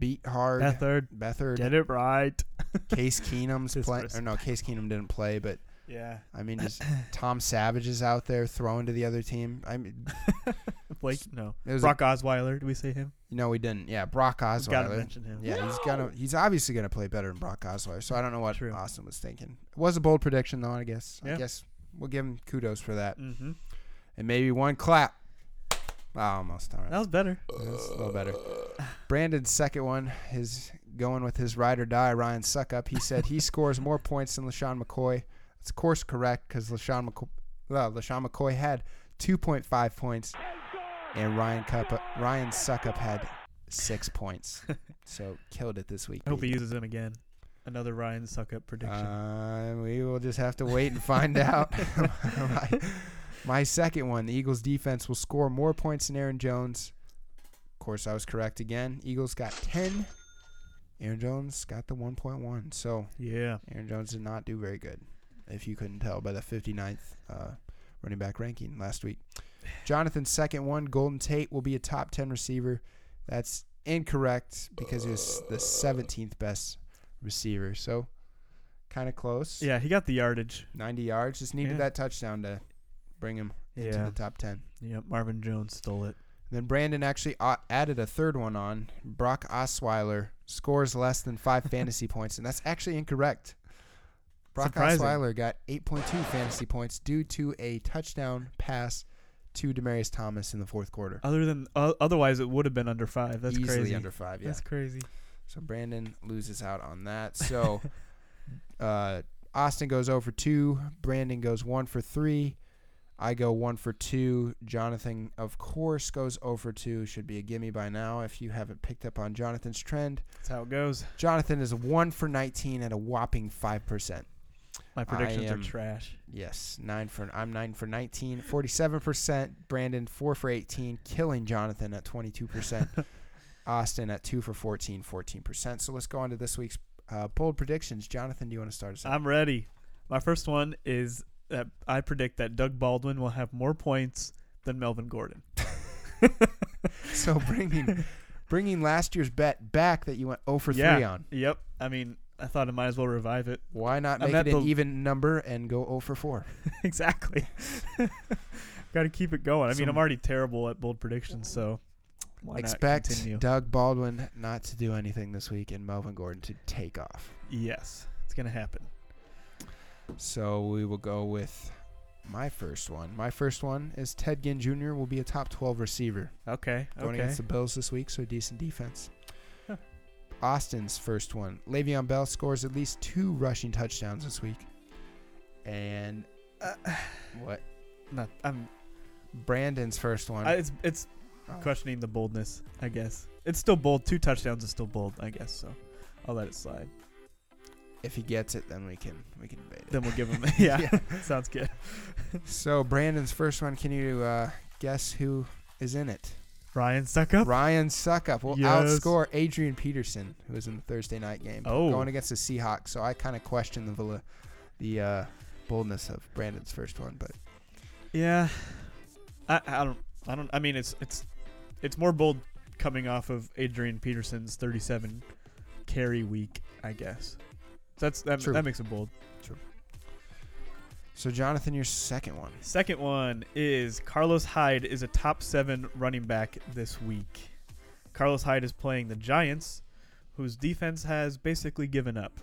Speaker 1: Beat Hard,
Speaker 2: That third.
Speaker 1: Bethard,
Speaker 2: Get it right.
Speaker 1: Case Keenum's
Speaker 2: His
Speaker 1: playing.
Speaker 2: first.
Speaker 1: Or no, Case Keenum didn't play, but
Speaker 2: Yeah.
Speaker 1: I mean, just Tom Savage is out there throwing to the other team. I mean,
Speaker 2: Blake, no.
Speaker 1: it was a-
Speaker 2: Brock Osweiler, did we say him?
Speaker 1: no, we didn't. Yeah, Brock
Speaker 2: We've Gotta
Speaker 1: Osweiler.
Speaker 2: mention him.
Speaker 1: Yeah, he's gonna. He's obviously gonna play better than Brock Osweiler. So I don't know what
Speaker 2: True.
Speaker 1: Austin was thinking. It was a bold prediction, though. I guess. I
Speaker 2: Yeah.
Speaker 1: guess we'll give him kudos for that,
Speaker 2: Mm-hmm.
Speaker 1: and maybe one clap. Oh, almost. All right.
Speaker 2: That was better.
Speaker 1: That's a little better. Brandon's second one is going with his ride or die, Ryan Suckup. He said he scores more points than LaShawn McCoy. It's of course correct because LaShawn McCoy, well, LaShawn McCoy had 2.5 points and Ryan, Cup, Ryan Suckup had six points. So killed it this week.
Speaker 2: I hope he
Speaker 1: Pete.
Speaker 2: uses him again. Another Ryan suck up prediction.
Speaker 1: Uh, we will just have to wait and find out. my, my second one, the Eagles defense will score more points than Aaron Jones. Of course, I was correct again. Eagles got 10. Aaron Jones got the 1.1. So
Speaker 2: yeah.
Speaker 1: Aaron Jones did not do very good, if you couldn't tell by the 59th uh, running back ranking last week. Jonathan's second one, Golden Tate, will be a top 10 receiver. That's incorrect because he was the 17th best receiver. So kind of close.
Speaker 2: Yeah, he got the yardage.
Speaker 1: 90 yards. Just needed
Speaker 2: Yeah.
Speaker 1: that touchdown to bring him into
Speaker 2: Yeah.
Speaker 1: the top 10.
Speaker 2: Yeah, Marvin Jones stole it.
Speaker 1: Then Brandon actually uh, added a third one on. Brock Osweiler scores less than five fantasy points, and that's actually incorrect. Brock
Speaker 2: Surprising.
Speaker 1: Osweiler got 8.2 fantasy points due to a touchdown pass to Demarius Thomas in the fourth quarter.
Speaker 2: Other than o otherwise, it would have been under five. Oh, That's
Speaker 1: Easily
Speaker 2: crazy.
Speaker 1: under five, yeah.
Speaker 2: That's crazy.
Speaker 1: So Brandon loses out on that. So uh, Austin goes 0 for 2. Brandon goes 1 for 3. I go 1 for 2. Jonathan, of course, goes 0 for 2. Should be a gimme by now if you haven't picked up on Jonathan's trend.
Speaker 2: That's how it goes.
Speaker 1: Jonathan is 1 for 19 at a whopping 5%.
Speaker 2: My predictions
Speaker 1: am-
Speaker 2: are trash.
Speaker 1: Yes, 9 for I'm 9 for 19, 47%. Brandon 4 for 18, killing Jonathan at 22%. Austin at 2 for 14, 14%. So let's go on to this week's uh, bold predictions. Jonathan, do you want to start us off?
Speaker 2: I'm ready. My first one is that I predict that Doug Baldwin will have more points than Melvin Gordon.
Speaker 1: so bringing bringing last year's bet back that you went 0 for 3
Speaker 2: yeah.
Speaker 1: on.
Speaker 2: Yep. I mean, I thought I might as well revive it.
Speaker 1: Why not
Speaker 2: I'm
Speaker 1: make
Speaker 2: at
Speaker 1: it an
Speaker 2: the-
Speaker 1: even number and go 0 for 4?
Speaker 2: exactly. Got to keep it going. I mean,
Speaker 1: So-
Speaker 2: I'm already terrible at bold predictions, so why
Speaker 1: Expect
Speaker 2: not continue?
Speaker 1: Doug Baldwin not to do anything this week and Melvin Gordon to take off.
Speaker 2: yes, it's gonna happen.
Speaker 1: So we will go with my first one. My first one is Ted Ginn Jr. will be a top 12 receiver.
Speaker 2: Okay.
Speaker 1: Going
Speaker 2: Okay.
Speaker 1: against the Bills this week, so decent defense.
Speaker 2: Huh.
Speaker 1: Austin's first one. Le'Veon Bell scores at least two rushing touchdowns this week. And uh, what?
Speaker 2: Not, I'm.
Speaker 1: Brandon's first one.
Speaker 2: I, it's it's
Speaker 1: Oh.
Speaker 2: questioning the boldness. I guess it's still bold. Two touchdowns is still bold. I guess so. I'll let it slide.
Speaker 1: if he gets it, then we can we can debate it.
Speaker 2: Then we'll give him. Yeah. Sounds good.
Speaker 1: So Brandon's first one. Can you uh, guess who is in it?
Speaker 2: Ryan suck up.
Speaker 1: Ryan Suckup will
Speaker 2: Yes.
Speaker 1: outscore Adrian Peterson, who was in the Thursday night game,
Speaker 2: Oh.
Speaker 1: going against the Seahawks. So I kind of question the vali- the uh, boldness of Brandon's first one, but
Speaker 2: Yeah. I, I don't. I don't. I mean, it's it's it's more bold coming off of Adrian Peterson's 37 carry week, I guess. So that's that,
Speaker 1: True.
Speaker 2: that makes it bold.
Speaker 1: so Jonathan, your second one.
Speaker 2: Second one is Carlos Hyde is a top seven running back this week. Carlos Hyde is playing the Giants, whose defense has basically given up.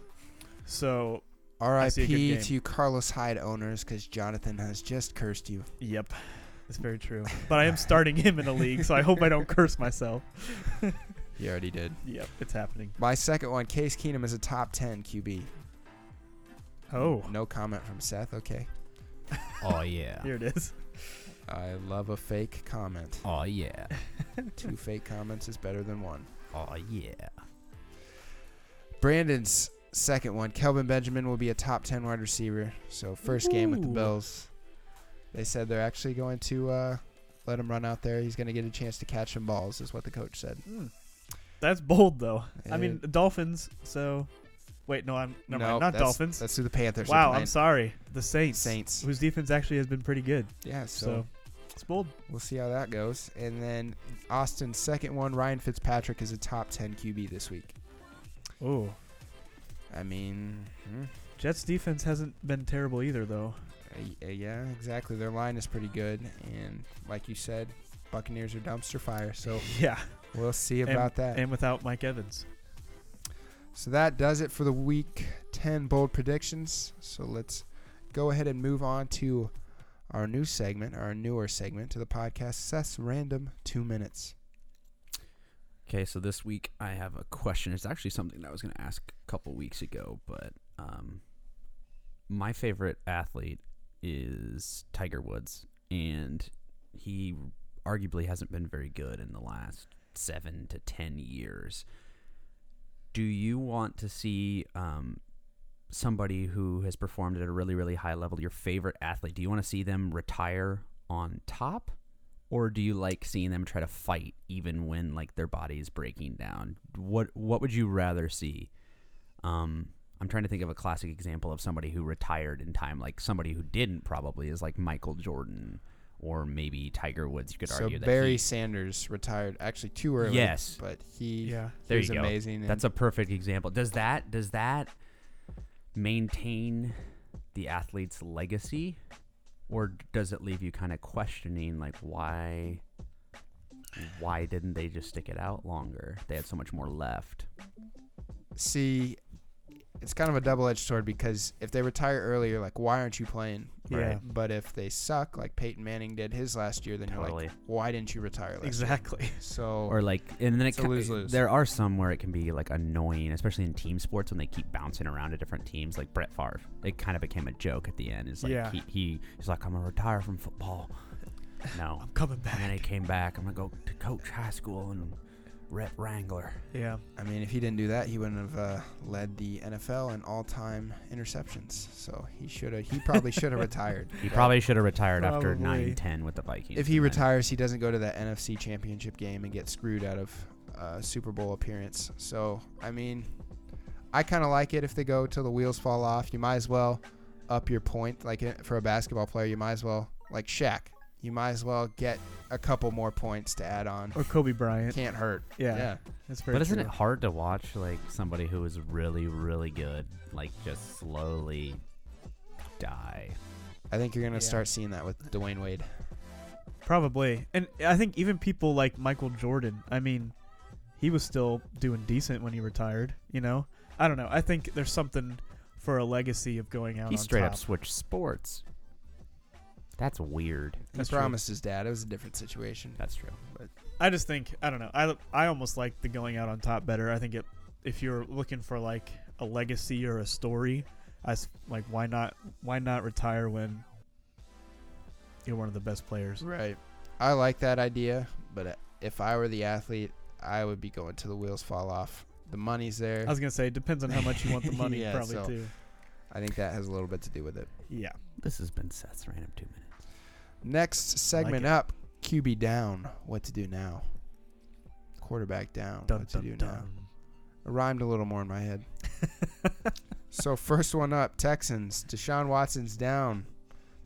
Speaker 2: So, see a good
Speaker 1: R.I.P.
Speaker 2: game.
Speaker 1: to Carlos Hyde owners because Jonathan has just cursed you.
Speaker 2: yep, that's very true. But I am starting him in a league, so I hope I don't curse myself.
Speaker 1: He already did.
Speaker 2: Yep, it's happening.
Speaker 1: My second one, Case Keenum is a top 10 QB.
Speaker 2: Oh,
Speaker 1: No comment from Seth. Okay.
Speaker 3: Oh yeah.
Speaker 2: here it is.
Speaker 1: I love a fake comment.
Speaker 3: Oh yeah.
Speaker 1: Two fake comments is better than one.
Speaker 3: Oh yeah.
Speaker 1: Brandon's second one, Kelvin Benjamin will be a top 10 wide receiver. So, first game with the
Speaker 2: Ooh.
Speaker 1: Bills. They said they're actually going to uh, let him run out there. He's going to get a chance to catch some balls, is what the coach said.
Speaker 2: Hmm. That's bold, though. I mean,
Speaker 1: Uh,
Speaker 2: Dolphins. So, wait, no, I'm never mind, not
Speaker 1: that's-
Speaker 2: Dolphins.
Speaker 1: That's who the Panthers are
Speaker 2: Wow, I'm
Speaker 1: playing.
Speaker 2: sorry. The Saints,
Speaker 1: Saints.
Speaker 2: whose defense actually has been pretty good.
Speaker 1: Yeah,
Speaker 2: So,
Speaker 1: so
Speaker 2: it's bold.
Speaker 1: We'll see how that goes. And then Austin's second one, Ryan Fitzpatrick is a top 10 QB this week.
Speaker 2: Oh,
Speaker 1: I mean, hmm,
Speaker 2: Jets defense hasn't been terrible either, though.
Speaker 1: uh, yeah, exactly. Their line is pretty good. And like you said, Buccaneers are dumpster fire. So
Speaker 2: Yeah,
Speaker 1: we'll see about that.
Speaker 2: and without Mike Evans.
Speaker 1: So that does it for the week 10 bold predictions. So let's go ahead and move on to our new segment, our newer segment to the podcast, Seth's Random Two Minutes.
Speaker 3: Okay, so this week I have a question. It's actually something that I was going to ask a couple weeks ago, but um, my favorite athlete is Tiger Woods, and he arguably hasn't been very good in the last seven to ten years. Do you want to see um, somebody who has performed at a really, really high level, your favorite athlete, do you want to see them retire on top? or do you like seeing them try to fight even when like their body is breaking down what what would you rather see um i'm trying to think of a classic example of somebody who retired in time like somebody who didn't probably is like michael jordan or maybe tiger woods you could
Speaker 1: So
Speaker 3: argue that
Speaker 1: Barry
Speaker 3: he-
Speaker 1: Sanders retired actually too early.
Speaker 3: Yes.
Speaker 1: But he,
Speaker 2: Yeah.
Speaker 1: he
Speaker 3: There
Speaker 1: was
Speaker 3: you go.
Speaker 1: amazing. and-
Speaker 3: that's a perfect example does that does that maintain the athlete's legacy or does it leave you kind of questioning like why why didn't they just stick it out longer they had so much more left
Speaker 1: see it's kind of a double-edged sword because if they retire early you're like why aren't you playing
Speaker 2: Yeah.
Speaker 3: Right.
Speaker 1: but if they suck like peyton manning did his last year then you're
Speaker 3: Totally.
Speaker 1: like why didn't you retire last year?"
Speaker 2: Exactly.
Speaker 1: so
Speaker 3: or like and then it
Speaker 1: It's a
Speaker 3: ki-
Speaker 1: lose-lose.
Speaker 3: there are some where it can be like annoying especially in team sports when they keep bouncing around to different teams like Brett Favre it kind of became a joke at the end it's like
Speaker 2: Yeah.
Speaker 3: he, he he's like I'm gonna retire from football no
Speaker 2: I'm coming
Speaker 3: and then
Speaker 2: back.
Speaker 3: he came back I'm gonna go to coach high school and rep Wrangler
Speaker 2: Yeah.
Speaker 1: i mean if he didn't do that he wouldn't have uh, led the nfl in all-time interceptions so he should have he probably should have retired
Speaker 3: he
Speaker 1: But
Speaker 3: probably should have retired after
Speaker 2: Probably.
Speaker 3: 9 10 with the Vikings
Speaker 1: if he
Speaker 3: and then-
Speaker 1: retires he doesn't go to that nfc championship game and get screwed out of uh, super bowl appearance so i mean I kind of like it if they go till the wheels fall off. You might as well up your point. Like eh, for a basketball player, you might as well like Shaq. You might as well get a couple more points to add on.
Speaker 2: Or Kobe Bryant.
Speaker 1: Can't hurt.
Speaker 2: Yeah. That's very
Speaker 3: but isn't
Speaker 2: true.
Speaker 3: it hard to watch like somebody who is really really good like just slowly die
Speaker 1: I think you're gonna
Speaker 2: Yeah.
Speaker 1: start seeing that with Dwayne Wade.
Speaker 2: Probably. And I think even people like Michael Jordan, I mean, he was still doing decent when he retired, you know? I don't know. I think there's something for a legacy of going out
Speaker 3: He
Speaker 2: on
Speaker 3: straight
Speaker 2: top.
Speaker 3: up switched sports. That's weird.
Speaker 2: That's
Speaker 1: he
Speaker 2: true.
Speaker 1: promised his dad. It was a different situation.
Speaker 3: That's true.
Speaker 2: I just think, I don't know. I, I almost like the going out on top better. I think it, if you're looking for like a legacy or a story, I s- like why not why not retire when you're one of the best players?
Speaker 1: Right. I like that idea, but uh, if I were the athlete, I would be going till the wheels fall off. The money's there.
Speaker 2: I was gonna say it depends on how much you want the money,
Speaker 1: Yeah,
Speaker 2: probably
Speaker 1: so-
Speaker 2: too.
Speaker 1: I think that has a little bit to do with it.
Speaker 2: Yeah.
Speaker 3: This has been Seth's random two minutes.
Speaker 1: Next segment
Speaker 2: it.
Speaker 1: up, QB down. What to do now? Quarterback down.
Speaker 2: Dun,
Speaker 1: what to
Speaker 2: dun,
Speaker 1: do now?
Speaker 2: dun.
Speaker 1: It rhymed a little more in my head. so first one up, Texans. Deshaun Watson's down.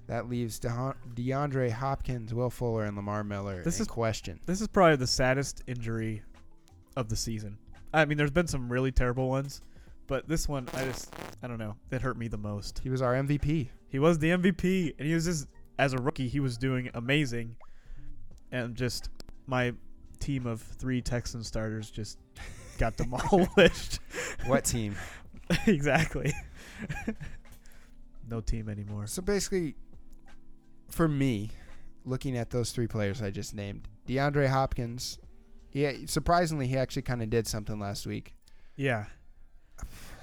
Speaker 1: That leaves Deha- DeAndre Hopkins, Will Fuller, and Lamar Miller
Speaker 2: This
Speaker 1: in
Speaker 2: is-
Speaker 1: question.
Speaker 2: This is probably the saddest injury of the season. I mean, there's been some really terrible ones, but this one, I just, I don't know. It hurt me the most.
Speaker 1: He was our MVP.
Speaker 2: He was the MVP, and he was just, as a rookie, he was doing amazing. And just, my team of three Texan starters just got demolished.
Speaker 1: What team?
Speaker 2: exactly. no team anymore.
Speaker 1: So basically, for me, looking at those three players I just named, DeAndre Hopkins, yeah, surprisingly, he actually kind of did something last week.
Speaker 2: Yeah.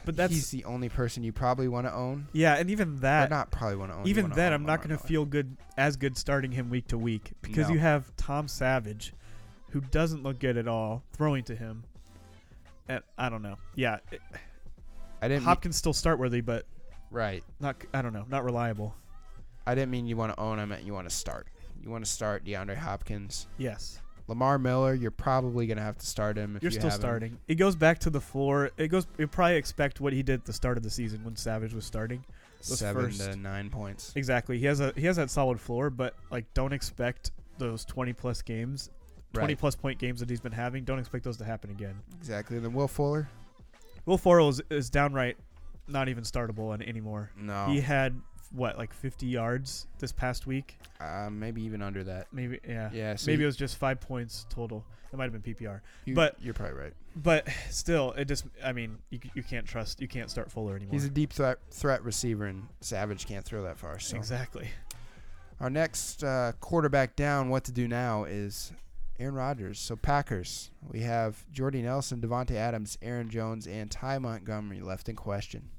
Speaker 2: But that's
Speaker 1: he's the only person you probably want to own.
Speaker 2: yeah, and even
Speaker 1: Or
Speaker 2: that
Speaker 1: not probably want to own. Oh, you
Speaker 2: even
Speaker 1: wanna
Speaker 2: then
Speaker 1: own
Speaker 2: I'm
Speaker 1: him
Speaker 2: not
Speaker 1: on
Speaker 2: going to
Speaker 1: my
Speaker 2: feel good as good starting him week to week because
Speaker 1: No.
Speaker 2: you have Tom Savage who doesn't look good at all throwing to him. And I don't know. Yeah, it-
Speaker 1: I didn't mean,
Speaker 2: Hopkins still start worthy but
Speaker 1: right.
Speaker 2: not I don't know, not reliable.
Speaker 1: I didn't mean you want to own him. I meant you want to start. You want to start DeAndre Hopkins,
Speaker 2: Yes.
Speaker 1: Lamar Miller. You're probably going to have to start him. If
Speaker 2: You're
Speaker 1: you
Speaker 2: still
Speaker 1: have him.
Speaker 2: starting. It goes back to the floor. It goes. You probably expect what he did at the start of the season when Savage was starting. Those
Speaker 1: seven to
Speaker 2: first-
Speaker 1: nine points.
Speaker 2: Exactly. He has a he has that solid floor, but like don't expect those 20 plus games, 20
Speaker 1: Right.
Speaker 2: plus point games that he's been having. Don't expect those to happen again.
Speaker 1: Exactly. And then Will Fuller.
Speaker 2: Will Farrell is, is downright not even startable an- anymore.
Speaker 1: No.
Speaker 2: He had what like 50 yards this past week.
Speaker 1: Uh, maybe even under that.
Speaker 2: Maybe yeah.
Speaker 1: Yeah. So
Speaker 2: Maybe it
Speaker 1: you,
Speaker 2: was just five points total. It might have been PPR,
Speaker 1: you,
Speaker 2: but-
Speaker 1: you're probably right.
Speaker 2: but still, it just. I mean, you, c- you can't trust. You can't start Fuller anymore.
Speaker 1: He's a deep threat threat receiver, and Savage can't throw that far. So
Speaker 2: Exactly.
Speaker 1: our next uh, quarterback down. What to do now is Aaron Rodgers. So Packers, we have Jordy Nelson, Devonte Adams, Aaron Jones, and Ty Montgomery left in question.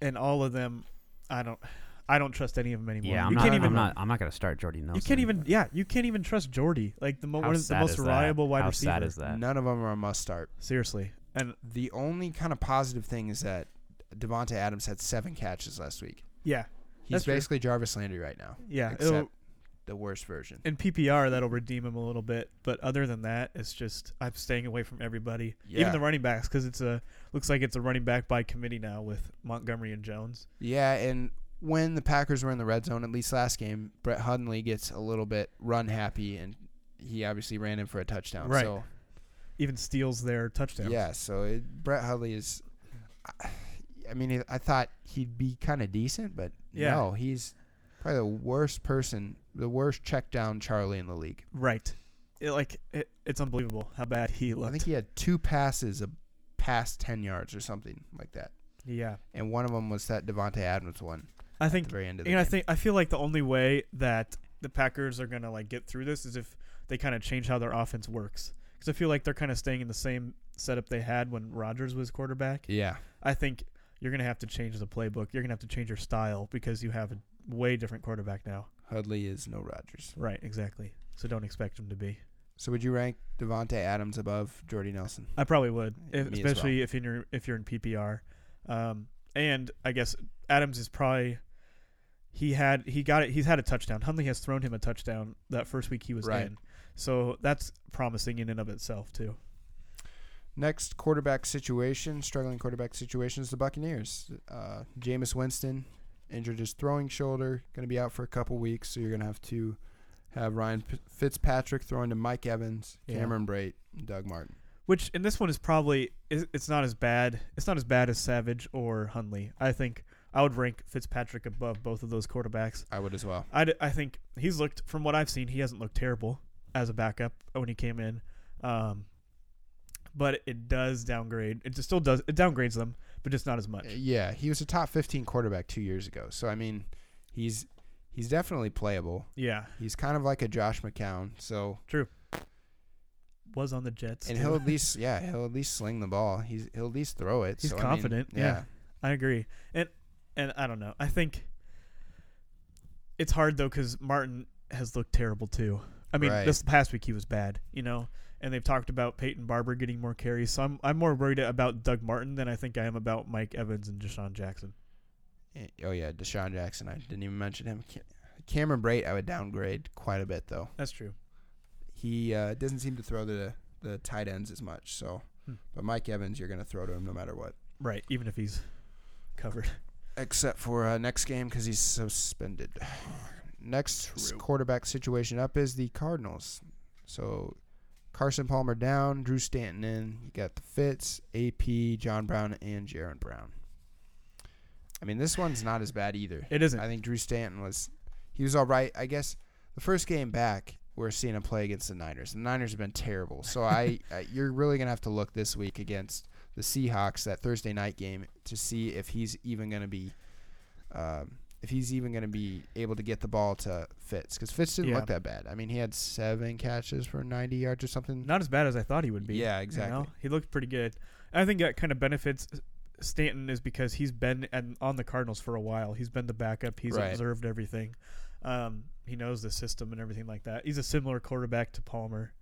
Speaker 2: and all of them, I don't, I don't trust any of them anymore.
Speaker 3: Yeah, I'm
Speaker 2: you
Speaker 3: not,
Speaker 2: can't even.
Speaker 3: I'm not. I'm not gonna start Jordy Nelson.
Speaker 2: you can't even. Yeah, you can't even trust Jordy, like the, mo-
Speaker 3: How
Speaker 2: one of the
Speaker 3: sad
Speaker 2: most
Speaker 3: is that?
Speaker 2: reliable wide
Speaker 3: How
Speaker 2: receiver.
Speaker 3: sad is that?
Speaker 1: None of them are a must start.
Speaker 2: Seriously, and
Speaker 1: The only kind of positive thing is that Devonte Adams had seven catches last week.
Speaker 2: yeah,
Speaker 1: He's
Speaker 2: That's true.
Speaker 1: basically Jarvis Landry right now,
Speaker 2: yeah.
Speaker 1: except
Speaker 2: It'll,
Speaker 1: the worst version.
Speaker 2: in PPR, that'll redeem him a little bit, but other than that, it's just I'm staying away from everybody,
Speaker 1: Yeah.
Speaker 2: even the running backs, because it's a looks like it's a running back by committee now with Montgomery and Jones.
Speaker 1: Yeah, and when the Packers were in the red zone, at least last game, Brett Hundley gets a little bit run happy, and he obviously ran in for a touchdown.
Speaker 2: Right.
Speaker 1: So
Speaker 2: Even steals their touchdowns.
Speaker 1: yeah, so it, Brett Hundley is. I- I mean, I thought he'd be kind of decent, but
Speaker 2: Yeah.
Speaker 1: no, he's probably the worst person, the worst check down Charlie in the league.
Speaker 2: Right. It, like it, it's unbelievable how bad he
Speaker 1: I
Speaker 2: looked.
Speaker 1: think he had two passes of past ten yards or something like that,
Speaker 2: yeah.
Speaker 1: and one of them was that Devonte Adams one
Speaker 2: I
Speaker 1: at
Speaker 2: think
Speaker 1: the very end of the
Speaker 2: you know, I
Speaker 1: game.
Speaker 2: think I feel like the only way that the Packers are gonna like get through this is if they kind of change how their offense works. Because I feel like they're kind of staying in the same setup they had when Rodgers was quarterback.
Speaker 1: yeah,
Speaker 2: I think you're gonna have to change the playbook. You're gonna have to change your style because you have a way different quarterback now.
Speaker 1: Hudley is no Rodgers.
Speaker 2: Right, exactly. So don't expect him to be.
Speaker 1: So would you rank Devonte Adams above Jordy Nelson?
Speaker 2: I probably would,
Speaker 1: Me as
Speaker 2: if,
Speaker 1: well.
Speaker 2: especially if you're if you're in PPR. Um, and I guess Adams is probably he had he got it. He's had a touchdown. Hundley has thrown him a touchdown that first week he was
Speaker 1: Right.
Speaker 2: in, so that's promising in and of itself too.
Speaker 1: Next quarterback situation, struggling quarterback situation is the Buccaneers. Uh, Jameis Winston injured his throwing shoulder, going to be out for a couple weeks, so you're going to have to have Ryan P- Fitzpatrick throwing to Mike Evans,
Speaker 2: Yeah.
Speaker 1: Cameron Brate, and Doug Martin.
Speaker 2: Which and this one is probably is- it's not as bad. It's not as bad as Savage or Hundley. I think I would rank Fitzpatrick above both of those quarterbacks.
Speaker 1: I would as well.
Speaker 2: I, d- I think he's looked from what I've seen, he hasn't looked terrible as a backup when he came in. Um, but it does downgrade. It just still does. It downgrades them, but just not as much.
Speaker 1: Uh, Yeah, he was a top 15 quarterback 2 years ago. So I mean, he's he's definitely playable.
Speaker 2: Yeah,
Speaker 1: He's kind of like a Josh McCown. So
Speaker 2: was on the Jets.
Speaker 1: and
Speaker 2: too.
Speaker 1: he'll at least yeah, he'll at least sling the ball. He's he'll at least throw it.
Speaker 2: He's
Speaker 1: So, I mean,
Speaker 2: confident, yeah.
Speaker 1: yeah.
Speaker 2: I agree, and and I don't know. I think it's hard though because Martin has looked terrible too. I mean,
Speaker 1: Right.
Speaker 2: this past week he was bad, you know. And they've talked about Peyton Barber getting more carries, so I'm I'm more worried about Doug Martin than I think I am about Mike Evans and Deshaun Jackson.
Speaker 1: Eh, Oh yeah, Deshaun Jackson. I didn't even mention him. Ca- Cameron Brate, I would downgrade quite a bit though.
Speaker 2: That's true.
Speaker 1: He uh, doesn't seem to throw the the tight ends as much. So,
Speaker 2: Hmm.
Speaker 1: but Mike Evans, you're gonna throw to him no matter what,
Speaker 2: Right, even if he's covered.
Speaker 1: except for uh, next game because he's suspended. next s-
Speaker 2: True.
Speaker 1: quarterback situation up is the Cardinals. So, Carson Palmer down, Drew Stanton in. You got the Fitz, AP, John Brown, and Jaron Brown. I mean, this one's not as bad either.
Speaker 2: It isn't.
Speaker 1: I think Drew Stanton was he was all right. I guess the first game back we're seeing him play against the Niners. The Niners have been terrible. So I, I you're really gonna have to look this week against the Seahawks that Thursday night game to see if he's even gonna be, um, if he's even gonna be able to get the ball to Fitz because Fitz didn't
Speaker 2: Yeah.
Speaker 1: look that bad. I mean, he had seven catches for 90 yards or something.
Speaker 2: Not as bad as I thought he would be.
Speaker 1: Yeah,
Speaker 2: you know?
Speaker 1: exactly.
Speaker 2: He looked pretty good. I think that kind of benefits Stanton is because he's been at, on the Cardinals for a while. He's been the backup. He's
Speaker 1: Right.
Speaker 2: observed everything. Um, he knows the system and everything like that. He's a similar quarterback to Palmer,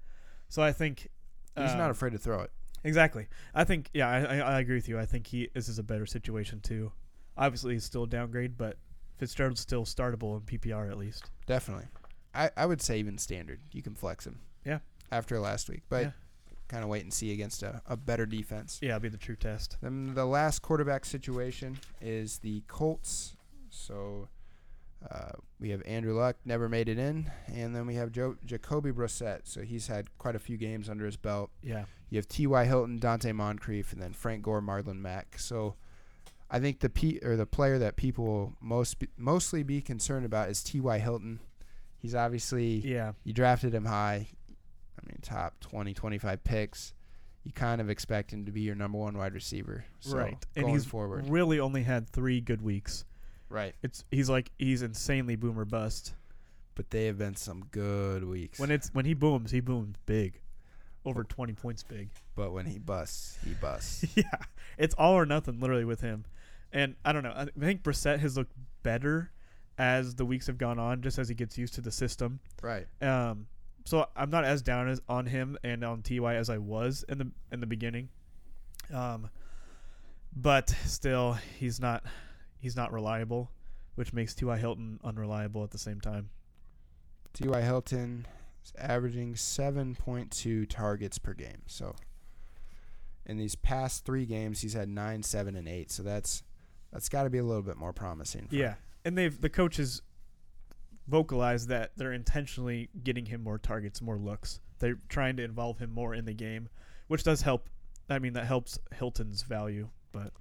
Speaker 2: so I think
Speaker 1: He's
Speaker 2: um,
Speaker 1: not afraid to throw it.
Speaker 2: Exactly. I think yeah, I, I, I agree with you. I think he this is a better situation too. Obviously, he's still a downgrade, but Fitzgerald's still startable in PPR at least.
Speaker 1: Definitely. I, I would say even standard. You can flex him.
Speaker 2: Yeah.
Speaker 1: After last week. But
Speaker 2: Yeah.
Speaker 1: kind of wait and see against a, a better defense.
Speaker 2: Yeah, it'll be the true test.
Speaker 1: Then the last quarterback situation is the Colts. So uh, we have Andrew Luck, never made it in. And then we have jo- Jacoby Brissett. So he's had quite a few games under his belt.
Speaker 2: Yeah,
Speaker 1: You have T.Y. Hilton, Dante Moncrief, and then Frank Gore, Marlon Mack. So I think the pe- or the player that people will most be- mostly be concerned about is T.Y. Hilton. He's obviously
Speaker 2: yeah,
Speaker 1: you drafted him high. I mean, top 20, 25 picks. You kind of expect him to be your number one wide receiver. So
Speaker 2: right.
Speaker 1: Going
Speaker 2: and he's
Speaker 1: forward.
Speaker 2: really only had three good weeks.
Speaker 1: Right.
Speaker 2: It's he's like he's insanely boomer bust.
Speaker 1: But they have been some good weeks.
Speaker 2: When it's when he booms, he booms big, over twenty points big.
Speaker 1: but when he busts, he busts.
Speaker 2: yeah, it's all or nothing literally with him. And I don't know. I think Brissett has looked better as the weeks have gone on, just as he gets used to the system.
Speaker 1: right.
Speaker 2: Um, so I'm not as down as on him and on Ty as I was in the in the beginning. Um, but still, he's not he's not reliable, which makes Ty Hilton unreliable at the same time.
Speaker 1: T.Y. Hilton is averaging 7.2 targets per game. So in these past three games, he's had nine, seven, and eight. So that's that's got to be a little bit more promising. for
Speaker 2: Yeah,
Speaker 1: him.
Speaker 2: and they've the coaches vocalized that they're intentionally getting him more targets, more looks. They're trying to involve him more in the game, which does help. I mean, that helps Hilton's value, but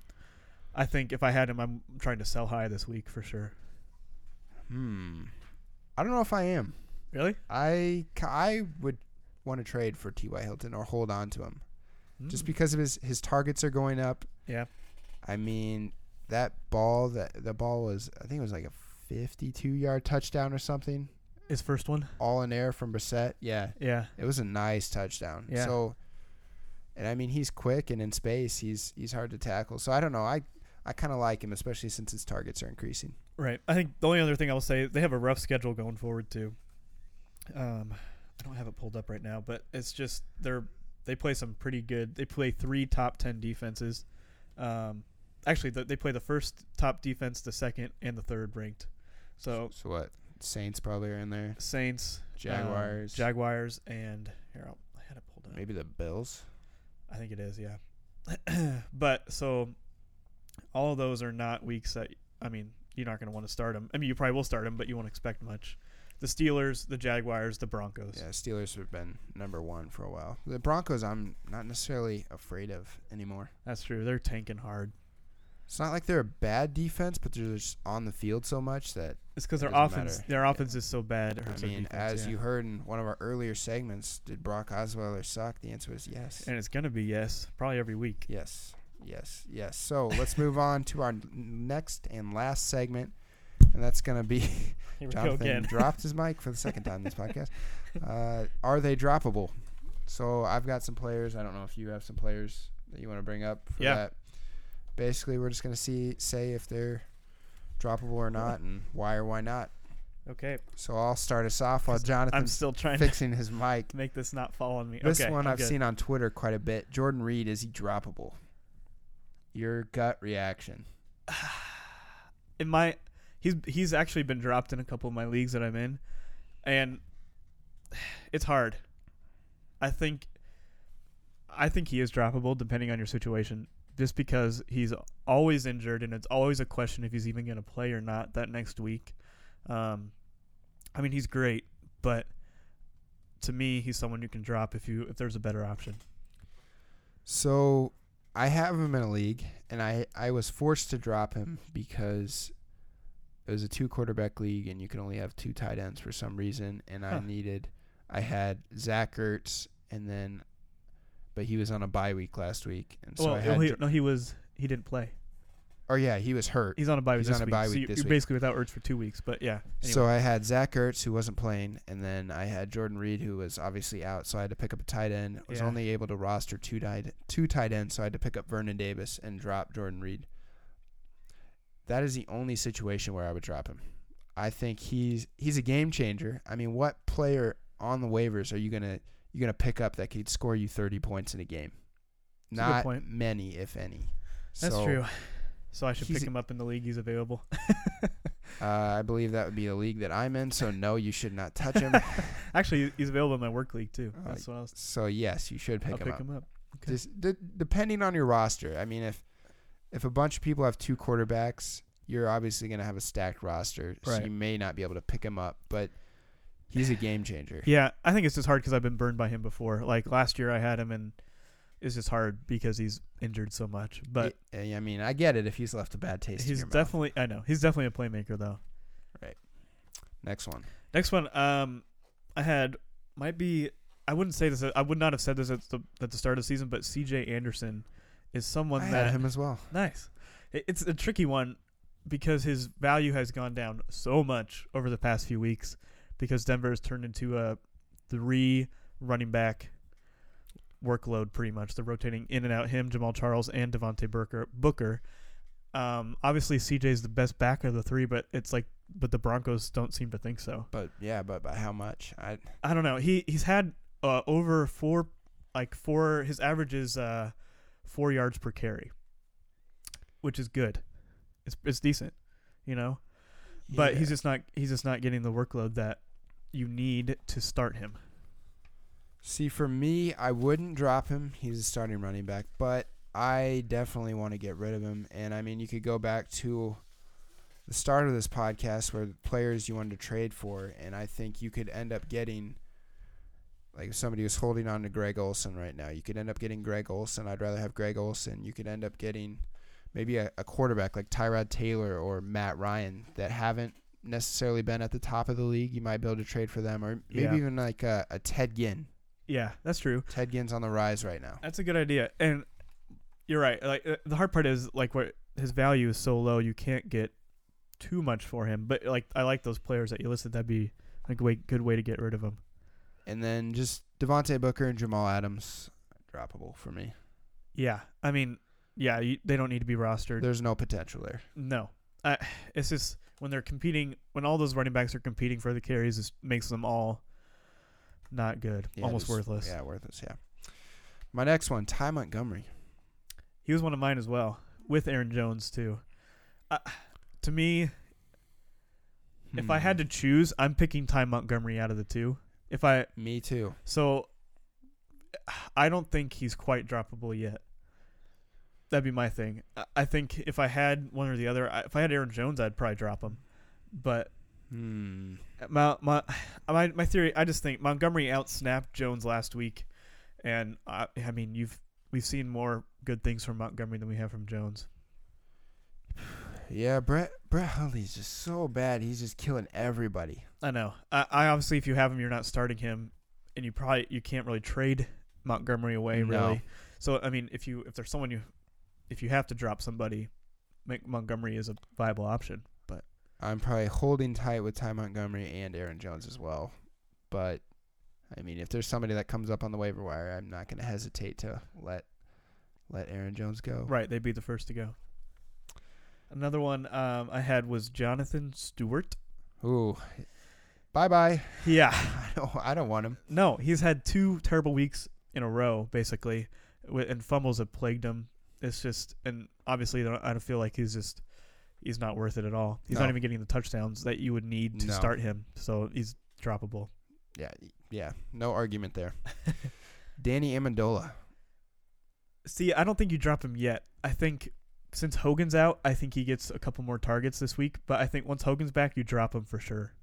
Speaker 2: I think if I had him, I'm trying to sell high this week for sure.
Speaker 1: Hmm. I don't know if I am.
Speaker 2: Really?
Speaker 1: I ca- I would want to trade for T.Y. Hilton or hold on to him
Speaker 2: Mm-hmm.
Speaker 1: just because of his his targets are going up.
Speaker 2: Mm. Yeah.
Speaker 1: I mean, that ball that the ball was I think it was like a 52 yard touchdown or something,
Speaker 2: His first one?
Speaker 1: all in air from Brissett. Yeah,
Speaker 2: Yeah.
Speaker 1: it was a nice touchdown.
Speaker 2: Yeah.
Speaker 1: So, and I mean he's quick and in space he's he's hard to tackle. So I don't know. I I kind of like him, especially since his targets are increasing.
Speaker 2: Right. I think the only other thing I'll say is they have a rough schedule going forward too. Um, I don't have it pulled up right now, but it's just they're they play some pretty good. They play three top ten defenses. Um, actually, the, they play the first top defense, the second, and the third ranked. So
Speaker 1: so what? Saints probably are in there.
Speaker 2: Saints, um,
Speaker 1: Jaguars.
Speaker 2: Jaguars, and here I'll, I had it pulled up.
Speaker 1: maybe the Bills.
Speaker 2: I think it is, yeah. but so all of those are not weeks that I mean you're not going to want to start them. I mean you probably will start them, but you won't expect much. The Steelers, the Jaguars, the Broncos.
Speaker 1: Yeah, Steelers have been number one for a while. The Broncos, I'm not necessarily afraid of anymore.
Speaker 2: That's true. They're tanking hard.
Speaker 1: It's not like they're a bad defense, but they're just on the field so much that
Speaker 2: It's because
Speaker 1: It
Speaker 2: their
Speaker 1: doesn't
Speaker 2: offense,
Speaker 1: matter.
Speaker 2: their offense is so bad. it
Speaker 1: I
Speaker 2: hurts their
Speaker 1: mean,
Speaker 2: defense,
Speaker 1: as
Speaker 2: yeah.
Speaker 1: you heard in one of our earlier segments, did Brock Osweiler suck? The answer is yes,
Speaker 2: and it's going to be yes, probably every week.
Speaker 1: yes, yes, yes. So let's move on to our n- next and last segment, and that's gonna be
Speaker 2: Here we go
Speaker 1: Jonathan
Speaker 2: again.
Speaker 1: dropped his mic for the second time this podcast. Uh, are they droppable? So I've got some players. I don't know if you have some players that you want to bring up. For
Speaker 2: Yeah.
Speaker 1: That. Basically, we're just gonna see say if they're droppable or not, and why or why not.
Speaker 2: Okay,
Speaker 1: So I'll start us off while
Speaker 2: I'm
Speaker 1: Jonathan's
Speaker 2: still trying
Speaker 1: fixing his mic.
Speaker 2: to make this not fall on me.
Speaker 1: This
Speaker 2: okay,
Speaker 1: one
Speaker 2: I'm
Speaker 1: I've
Speaker 2: good.
Speaker 1: seen on Twitter quite a bit. Jordan Reed is he droppable? Your gut reaction.
Speaker 2: in my he's he's actually been dropped in a couple of my leagues that I'm in, and it's hard. I think I think he is droppable depending on your situation, just because he's always injured and it's always a question if he's even going to play or not that next week. Um, I mean he's great, but to me he's someone you can drop if you if there's a better option.
Speaker 1: So I have him in a league, and I I was forced to drop him because it was a two quarterback league, and you can only have two tight ends for some reason, and I
Speaker 2: Huh.
Speaker 1: needed I had Zach Ertz, and then, but he was on a bye week last week, and so
Speaker 2: well,
Speaker 1: I had.
Speaker 2: he,
Speaker 1: Dr-
Speaker 2: no, he was he didn't play.
Speaker 1: or yeah, he was hurt.
Speaker 2: He's on a bye week
Speaker 1: He's
Speaker 2: this
Speaker 1: on a
Speaker 2: week.
Speaker 1: bye
Speaker 2: so
Speaker 1: week
Speaker 2: you-
Speaker 1: this
Speaker 2: you're
Speaker 1: week.
Speaker 2: basically without Ertz for two weeks. But yeah. Anyway.
Speaker 1: So I had Zach Ertz who wasn't playing, and then I had Jordan Reed who was obviously out. So I had to pick up a tight end. Was
Speaker 2: Yeah.
Speaker 1: only able to roster two tight two tight ends, so I had to pick up Vernon Davis and drop Jordan Reed. That is the only situation where I would drop him. I think he's he's a game changer. I mean, what player on the waivers are you gonna you gonna pick up that could score you thirty points in a game?
Speaker 2: That's a good
Speaker 1: Not
Speaker 2: point.
Speaker 1: many, if any.
Speaker 2: that's
Speaker 1: So,
Speaker 2: true. So I should
Speaker 1: he's a-
Speaker 2: pick him up in the league. He's available.
Speaker 1: Uh, I believe that would be the league that I'm in. So no, you should not touch him.
Speaker 2: Actually, he's available in my work league too.
Speaker 1: Oh,
Speaker 2: That's what I was.
Speaker 1: So yes, you should pick
Speaker 2: I'll
Speaker 1: him
Speaker 2: pick
Speaker 1: up.
Speaker 2: him up. Okay.
Speaker 1: Just d- depending on your roster. I mean, if if a bunch of people have two quarterbacks, you're obviously going to have a stacked roster, so
Speaker 2: Right.
Speaker 1: you may not be able to pick him up. But he's a game changer.
Speaker 2: Yeah, I think it's just hard because I've been burned by him before. Like last year, I had him, and it's just hard because he's injured so much. But
Speaker 1: eh, I, I mean, I get it if he's left a bad taste. in
Speaker 2: he's
Speaker 1: your mouth.
Speaker 2: definitely, I know, he's definitely a playmaker though.
Speaker 1: next one.
Speaker 2: Next one, um, I had might be I wouldn't say this. I would not have said this at the at the start of the season, but C.J. Anderson is someone
Speaker 1: I
Speaker 2: that
Speaker 1: had him as well.
Speaker 2: nice. It- It's a tricky one because his value has gone down so much over the past few weeks because Denver has turned into a three running back workload pretty much. They're rotating in and out him, Jamal Charles, and Devontae Booker. Booker. Um, obviously, CJ is the best back of the three, but it's like, but the Broncos don't seem to think so.
Speaker 1: But yeah, but by how much? I
Speaker 2: I don't know. He he's had uh, over four, like four. His average is uh, four yards per carry, which is good. It's it's decent, you know. But
Speaker 1: yeah.
Speaker 2: he's just not he's just not getting the workload that you need to start him.
Speaker 1: See, for me, I wouldn't drop him. He's a starting running back, but I definitely want to get rid of him. And I mean, you could go back to the start of this podcast where the players you wanted to trade for, and I think you could end up getting. Like if somebody was holding on to Greg Olson right now, you could end up getting Greg Olson. I'd rather have Greg Olson. You could end up getting maybe a, a quarterback like Tyrod Taylor or Matt Ryan that haven't necessarily been at the top of the league. You might be able to trade for them, or maybe
Speaker 2: Yeah.
Speaker 1: even like a, a Ted Ginn.
Speaker 2: Yeah, that's true.
Speaker 1: Ted Ginn's on the rise right now.
Speaker 2: That's a good idea. And you're right. Like uh, the hard part is like what his value is so low, you can't get too much for him. But like I like those players that you listed. That'd be a way, good way to get rid of him.
Speaker 1: And then just Devontae Booker and Jamal Adams, droppable for me.
Speaker 2: Yeah, I mean, yeah, you, they don't need to be rostered.
Speaker 1: There's no potential there.
Speaker 2: no, I, it's just when they're competing, when all those running backs are competing for the carries, it makes them all not good,
Speaker 1: Yeah,
Speaker 2: almost
Speaker 1: just-
Speaker 2: worthless.
Speaker 1: Yeah, worthless. Yeah. My next one, Ty Montgomery.
Speaker 2: He was one of mine as well, with Aaron Jones too. Uh, to me, if I
Speaker 1: Hmm.
Speaker 2: had to choose, I'm picking Ty Montgomery out of the two. If I
Speaker 1: Hmm. me too.
Speaker 2: so, I don't think he's quite droppable yet. That'd be my thing. I- I think if I had one or the other, I- if I had Aaron Jones, I'd probably drop him. But
Speaker 1: Hmm.
Speaker 2: my my my, my theory, I just think Montgomery outsnapped Jones last week, and I, I mean you've we've seen more good things from Montgomery than we have from Jones.
Speaker 1: Yeah, Brett Brett Hundley's just so bad. He's just killing everybody.
Speaker 2: I know. I, I obviously, if you have him, you're not starting him, and you probably you can't really trade Montgomery away
Speaker 1: No.
Speaker 2: really. So I mean, if you if there's someone you if you have to drop somebody, Mc- Montgomery is a viable option.
Speaker 1: I'm probably holding tight with Ty Montgomery and Aaron Jones as well. But I mean, if there's somebody that comes up on the waiver wire, I'm not going to hesitate to let let Aaron Jones go.
Speaker 2: Right, they'd be the first to go. Another one um, I had was Jonathan Stewart.
Speaker 1: Ooh. Bye bye.
Speaker 2: Yeah.
Speaker 1: I don't, I don't want him.
Speaker 2: No, he's had two terrible weeks in a row, basically, wi- and fumbles have plagued him. It's just, and obviously, I don't- I don't feel like he's just, he's not worth it at all. He's
Speaker 1: No.
Speaker 2: not even getting the touchdowns that you would need to
Speaker 1: No.
Speaker 2: start him, so he's droppable.
Speaker 1: Yeah, yeah. No argument there. Danny Amendola.
Speaker 2: See, I don't think you drop him yet. I think since Hogan's out, I think he gets a couple more targets this week. But I think once Hogan's back, you drop him for sure.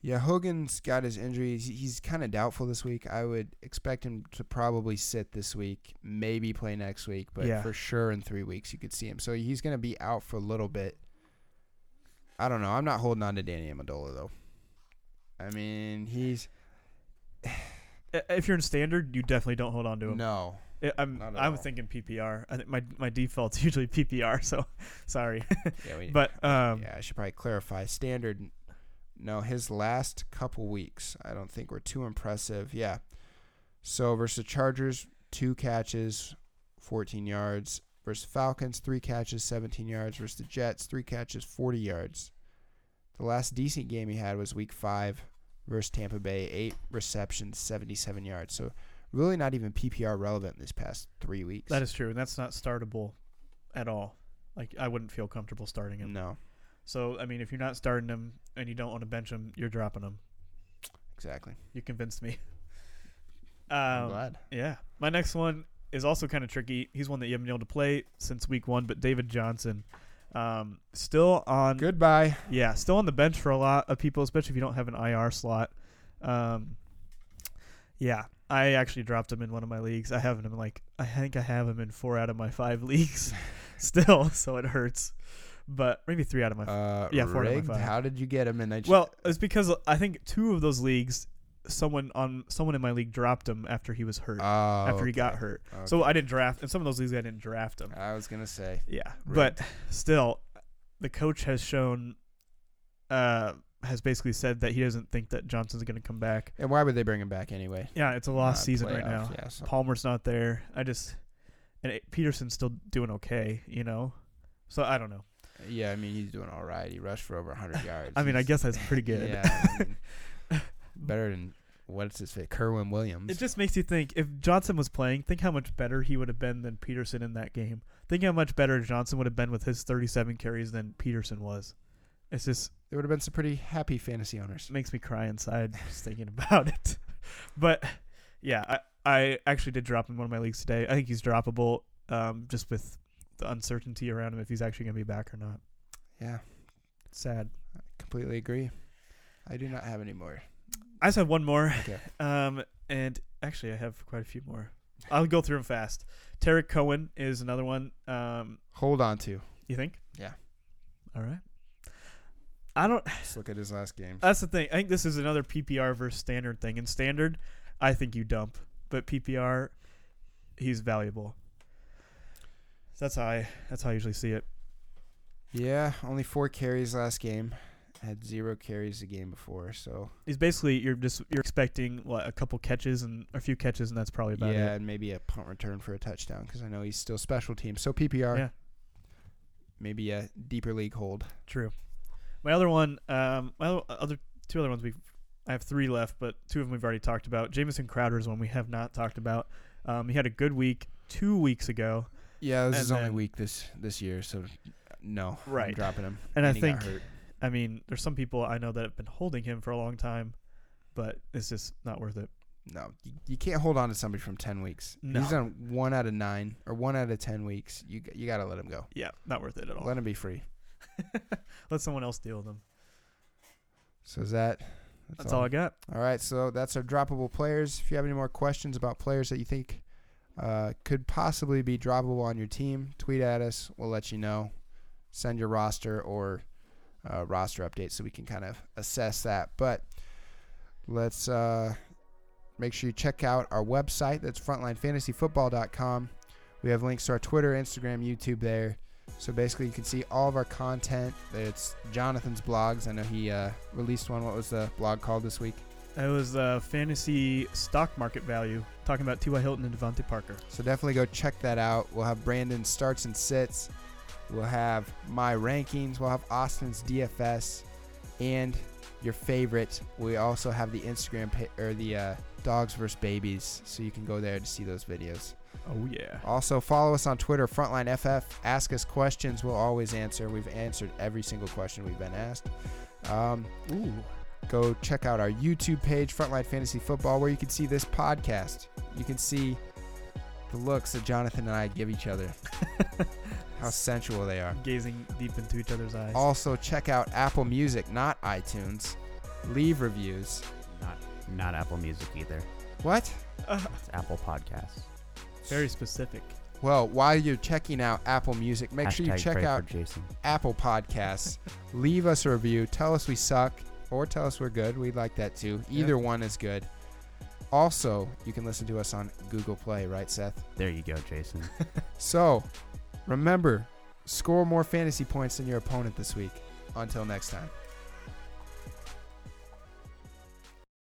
Speaker 1: Yeah, Hogan's got his injuries. He's kind of doubtful this week. I would expect him to probably sit this week, maybe play next week, but
Speaker 2: Yeah.
Speaker 1: for sure in three weeks you could see him. So he's going to be out for a little bit. I don't know. I'm not holding on to Danny Amendola though. I mean, he's
Speaker 2: I- If you're in standard, you definitely don't hold on to him.
Speaker 1: No.
Speaker 2: I- I'm
Speaker 1: Not at
Speaker 2: I'm
Speaker 1: all.
Speaker 2: thinking PPR. I think my my default's usually PPR, so sorry.
Speaker 1: Yeah, we,
Speaker 2: but um
Speaker 1: yeah, I should probably clarify. Standard. No, his last couple weeks, I don't think were too impressive. Yeah. So versus Chargers, two catches, 14 yards. Versus Falcons, three catches, 17 yards. Versus the Jets, three catches, 40 yards. The last decent game he had was Week Five versus Tampa Bay, eight receptions, 77 yards. So really not even PPR relevant this past three weeks.
Speaker 2: that is true, and that's not startable at all. Like I wouldn't feel comfortable starting him.
Speaker 1: no,
Speaker 2: So I mean, if you're not starting him and you don't want to bench him, you're dropping him.
Speaker 1: exactly.
Speaker 2: You convinced me.
Speaker 1: I'm
Speaker 2: Um,
Speaker 1: glad.
Speaker 2: Yeah. My next one is also kind of tricky. He's one that you haven't been able to play since week one, but David Johnson, um, still on.
Speaker 1: Goodbye.
Speaker 2: Yeah, still on the bench for a lot of people, especially if you don't have an IR slot. Um, yeah, I actually dropped him in one of my leagues. I have him in like I think I have him in four out of my five leagues, still, so it hurts. But maybe three out of my.
Speaker 1: Uh,
Speaker 2: Yeah, four out of my
Speaker 1: rigged.
Speaker 2: five.
Speaker 1: How did you get him? And I just,
Speaker 2: well, it's because I think two of those leagues, someone on someone in my league dropped him after he was hurt.
Speaker 1: oh,
Speaker 2: after he got hurt. So I didn't draft, and some of those leagues I didn't draft him.
Speaker 1: I was gonna say
Speaker 2: Yeah,
Speaker 1: Right.
Speaker 2: but still, the coach has shown, uh, has basically said that he doesn't think that Johnson's going to come back.
Speaker 1: And why would they bring him back anyway?
Speaker 2: Yeah, it's a lost
Speaker 1: Uh,
Speaker 2: season
Speaker 1: playoffs,
Speaker 2: right now.
Speaker 1: Yeah, so
Speaker 2: Palmer's not there. I just, and it, Peterson's still doing okay, you know. So I don't know.
Speaker 1: yeah, I mean he's doing all right. He rushed for over 100 yards.
Speaker 2: I mean, I
Speaker 1: He's-
Speaker 2: guess that's pretty good.
Speaker 1: Yeah, I mean, better than what's his face, Kerwin Williams.
Speaker 2: It just makes you think if Johnson was playing, think how much better he would have been than Peterson in that game. Think how much better Johnson would have been with his 37 carries than Peterson was. It's just
Speaker 1: there would have been some pretty happy fantasy owners.
Speaker 2: makes me cry inside just thinking about it. But yeah, I, I actually did drop him in one of my leagues today. I think he's droppable um, just with the uncertainty around him if he's actually going to be back or not.
Speaker 1: Yeah,
Speaker 2: Sad.
Speaker 1: completely agree. I do not have any more.
Speaker 2: I just have one more.
Speaker 1: Okay.
Speaker 2: Um, and actually, I have quite a few more. I'll go through them fast. Tarek Cohen is another one. Um,
Speaker 1: Hold on to.
Speaker 2: you think?
Speaker 1: Yeah.
Speaker 2: All right. I don't.
Speaker 1: Let's look at his last game.
Speaker 2: That's the thing. I think this is another PPR versus standard thing. In standard, I think you dump, but PPR, he's valuable. So that's how I. That's how I usually see it.
Speaker 1: Yeah, only four carries last game. Had zero carries the game before, so
Speaker 2: He's basically you're just you're expecting what a couple catches and a few catches, and that's probably about
Speaker 1: yeah,
Speaker 2: it.
Speaker 1: and maybe a punt return for a touchdown because I know he's still special team. So PPR,
Speaker 2: Yeah.
Speaker 1: maybe a deeper league hold.
Speaker 2: True. My other one. Um. My other- other two other ones we. have I have three left, but two of them we've already talked about. Jamison Crowder is one we have not talked about. Um, he had a good week two weeks ago,
Speaker 1: Yeah, this
Speaker 2: And
Speaker 1: is only
Speaker 2: then-
Speaker 1: week this this year, so no, I'm
Speaker 2: Right.
Speaker 1: dropping him.
Speaker 2: and I
Speaker 1: he got
Speaker 2: think
Speaker 1: hurt.
Speaker 2: I mean, there's some people I know that have been holding him for a long time, but it's just not worth it.
Speaker 1: no, you, you can't hold on to somebody from ten weeks.
Speaker 2: No.
Speaker 1: He's on one out of nine or one out of ten weeks. You g- you gotta let him go.
Speaker 2: Yeah, not worth it at all.
Speaker 1: Let him be free.
Speaker 2: Let someone else deal with him.
Speaker 1: So is that?
Speaker 2: That's all I got.
Speaker 1: All right, so that's our droppable players. If you have any more questions about players that you think uh, could possibly be droppable on your team, tweet at us. We'll let you know. Send your roster or uh, roster updates so we can kind of assess that. But let's uh, make sure you check out our website. That's frontlinefantasyfootball.com. We have links to our Twitter, Instagram, YouTube there. So basically, you can see all of our content. It's Jonathan's blogs. I know he uh, released one. What was the blog called this week?
Speaker 2: It was uh, fantasy stock market value, talking about T.Y. Hilton and Devontae Parker.
Speaker 1: So definitely go check that out. We'll have Brandon starts and sits. We'll have my rankings. We'll have Austin's DFS and your favorite. We also have the Instagram pa- or the uh, dogs versus babies, so you can go there to see those videos.
Speaker 2: Oh, yeah.
Speaker 1: Also follow us on Twitter, FrontlineFF. Ask us questions. We'll always answer. We've answered every single question we've been asked. Um,
Speaker 2: Ooh.
Speaker 1: go check out our YouTube page, Frontline Fantasy Football, where you can see this podcast. You can see the looks that Jonathan and I give each other, how sensual they are.
Speaker 2: Gazing deep into each other's eyes.
Speaker 1: Also, check out Apple Music, not iTunes. Leave reviews.
Speaker 3: Not not Apple Music either.
Speaker 1: What?
Speaker 2: Uh,
Speaker 3: It's Apple Podcasts.
Speaker 2: very specific.
Speaker 1: Well, while you're checking out Apple Music, make sure you
Speaker 3: Hashtag
Speaker 1: check
Speaker 3: pray
Speaker 1: out
Speaker 3: for Jason.
Speaker 1: Apple Podcasts. Leave us a review. Tell us we suck or tell us we're good. We'd like that too. Either one is good. Also, you can listen to us on Google Play, right, Seth?
Speaker 3: There you go, Jason.
Speaker 1: So, remember, score more fantasy points than your opponent this week. Until next time.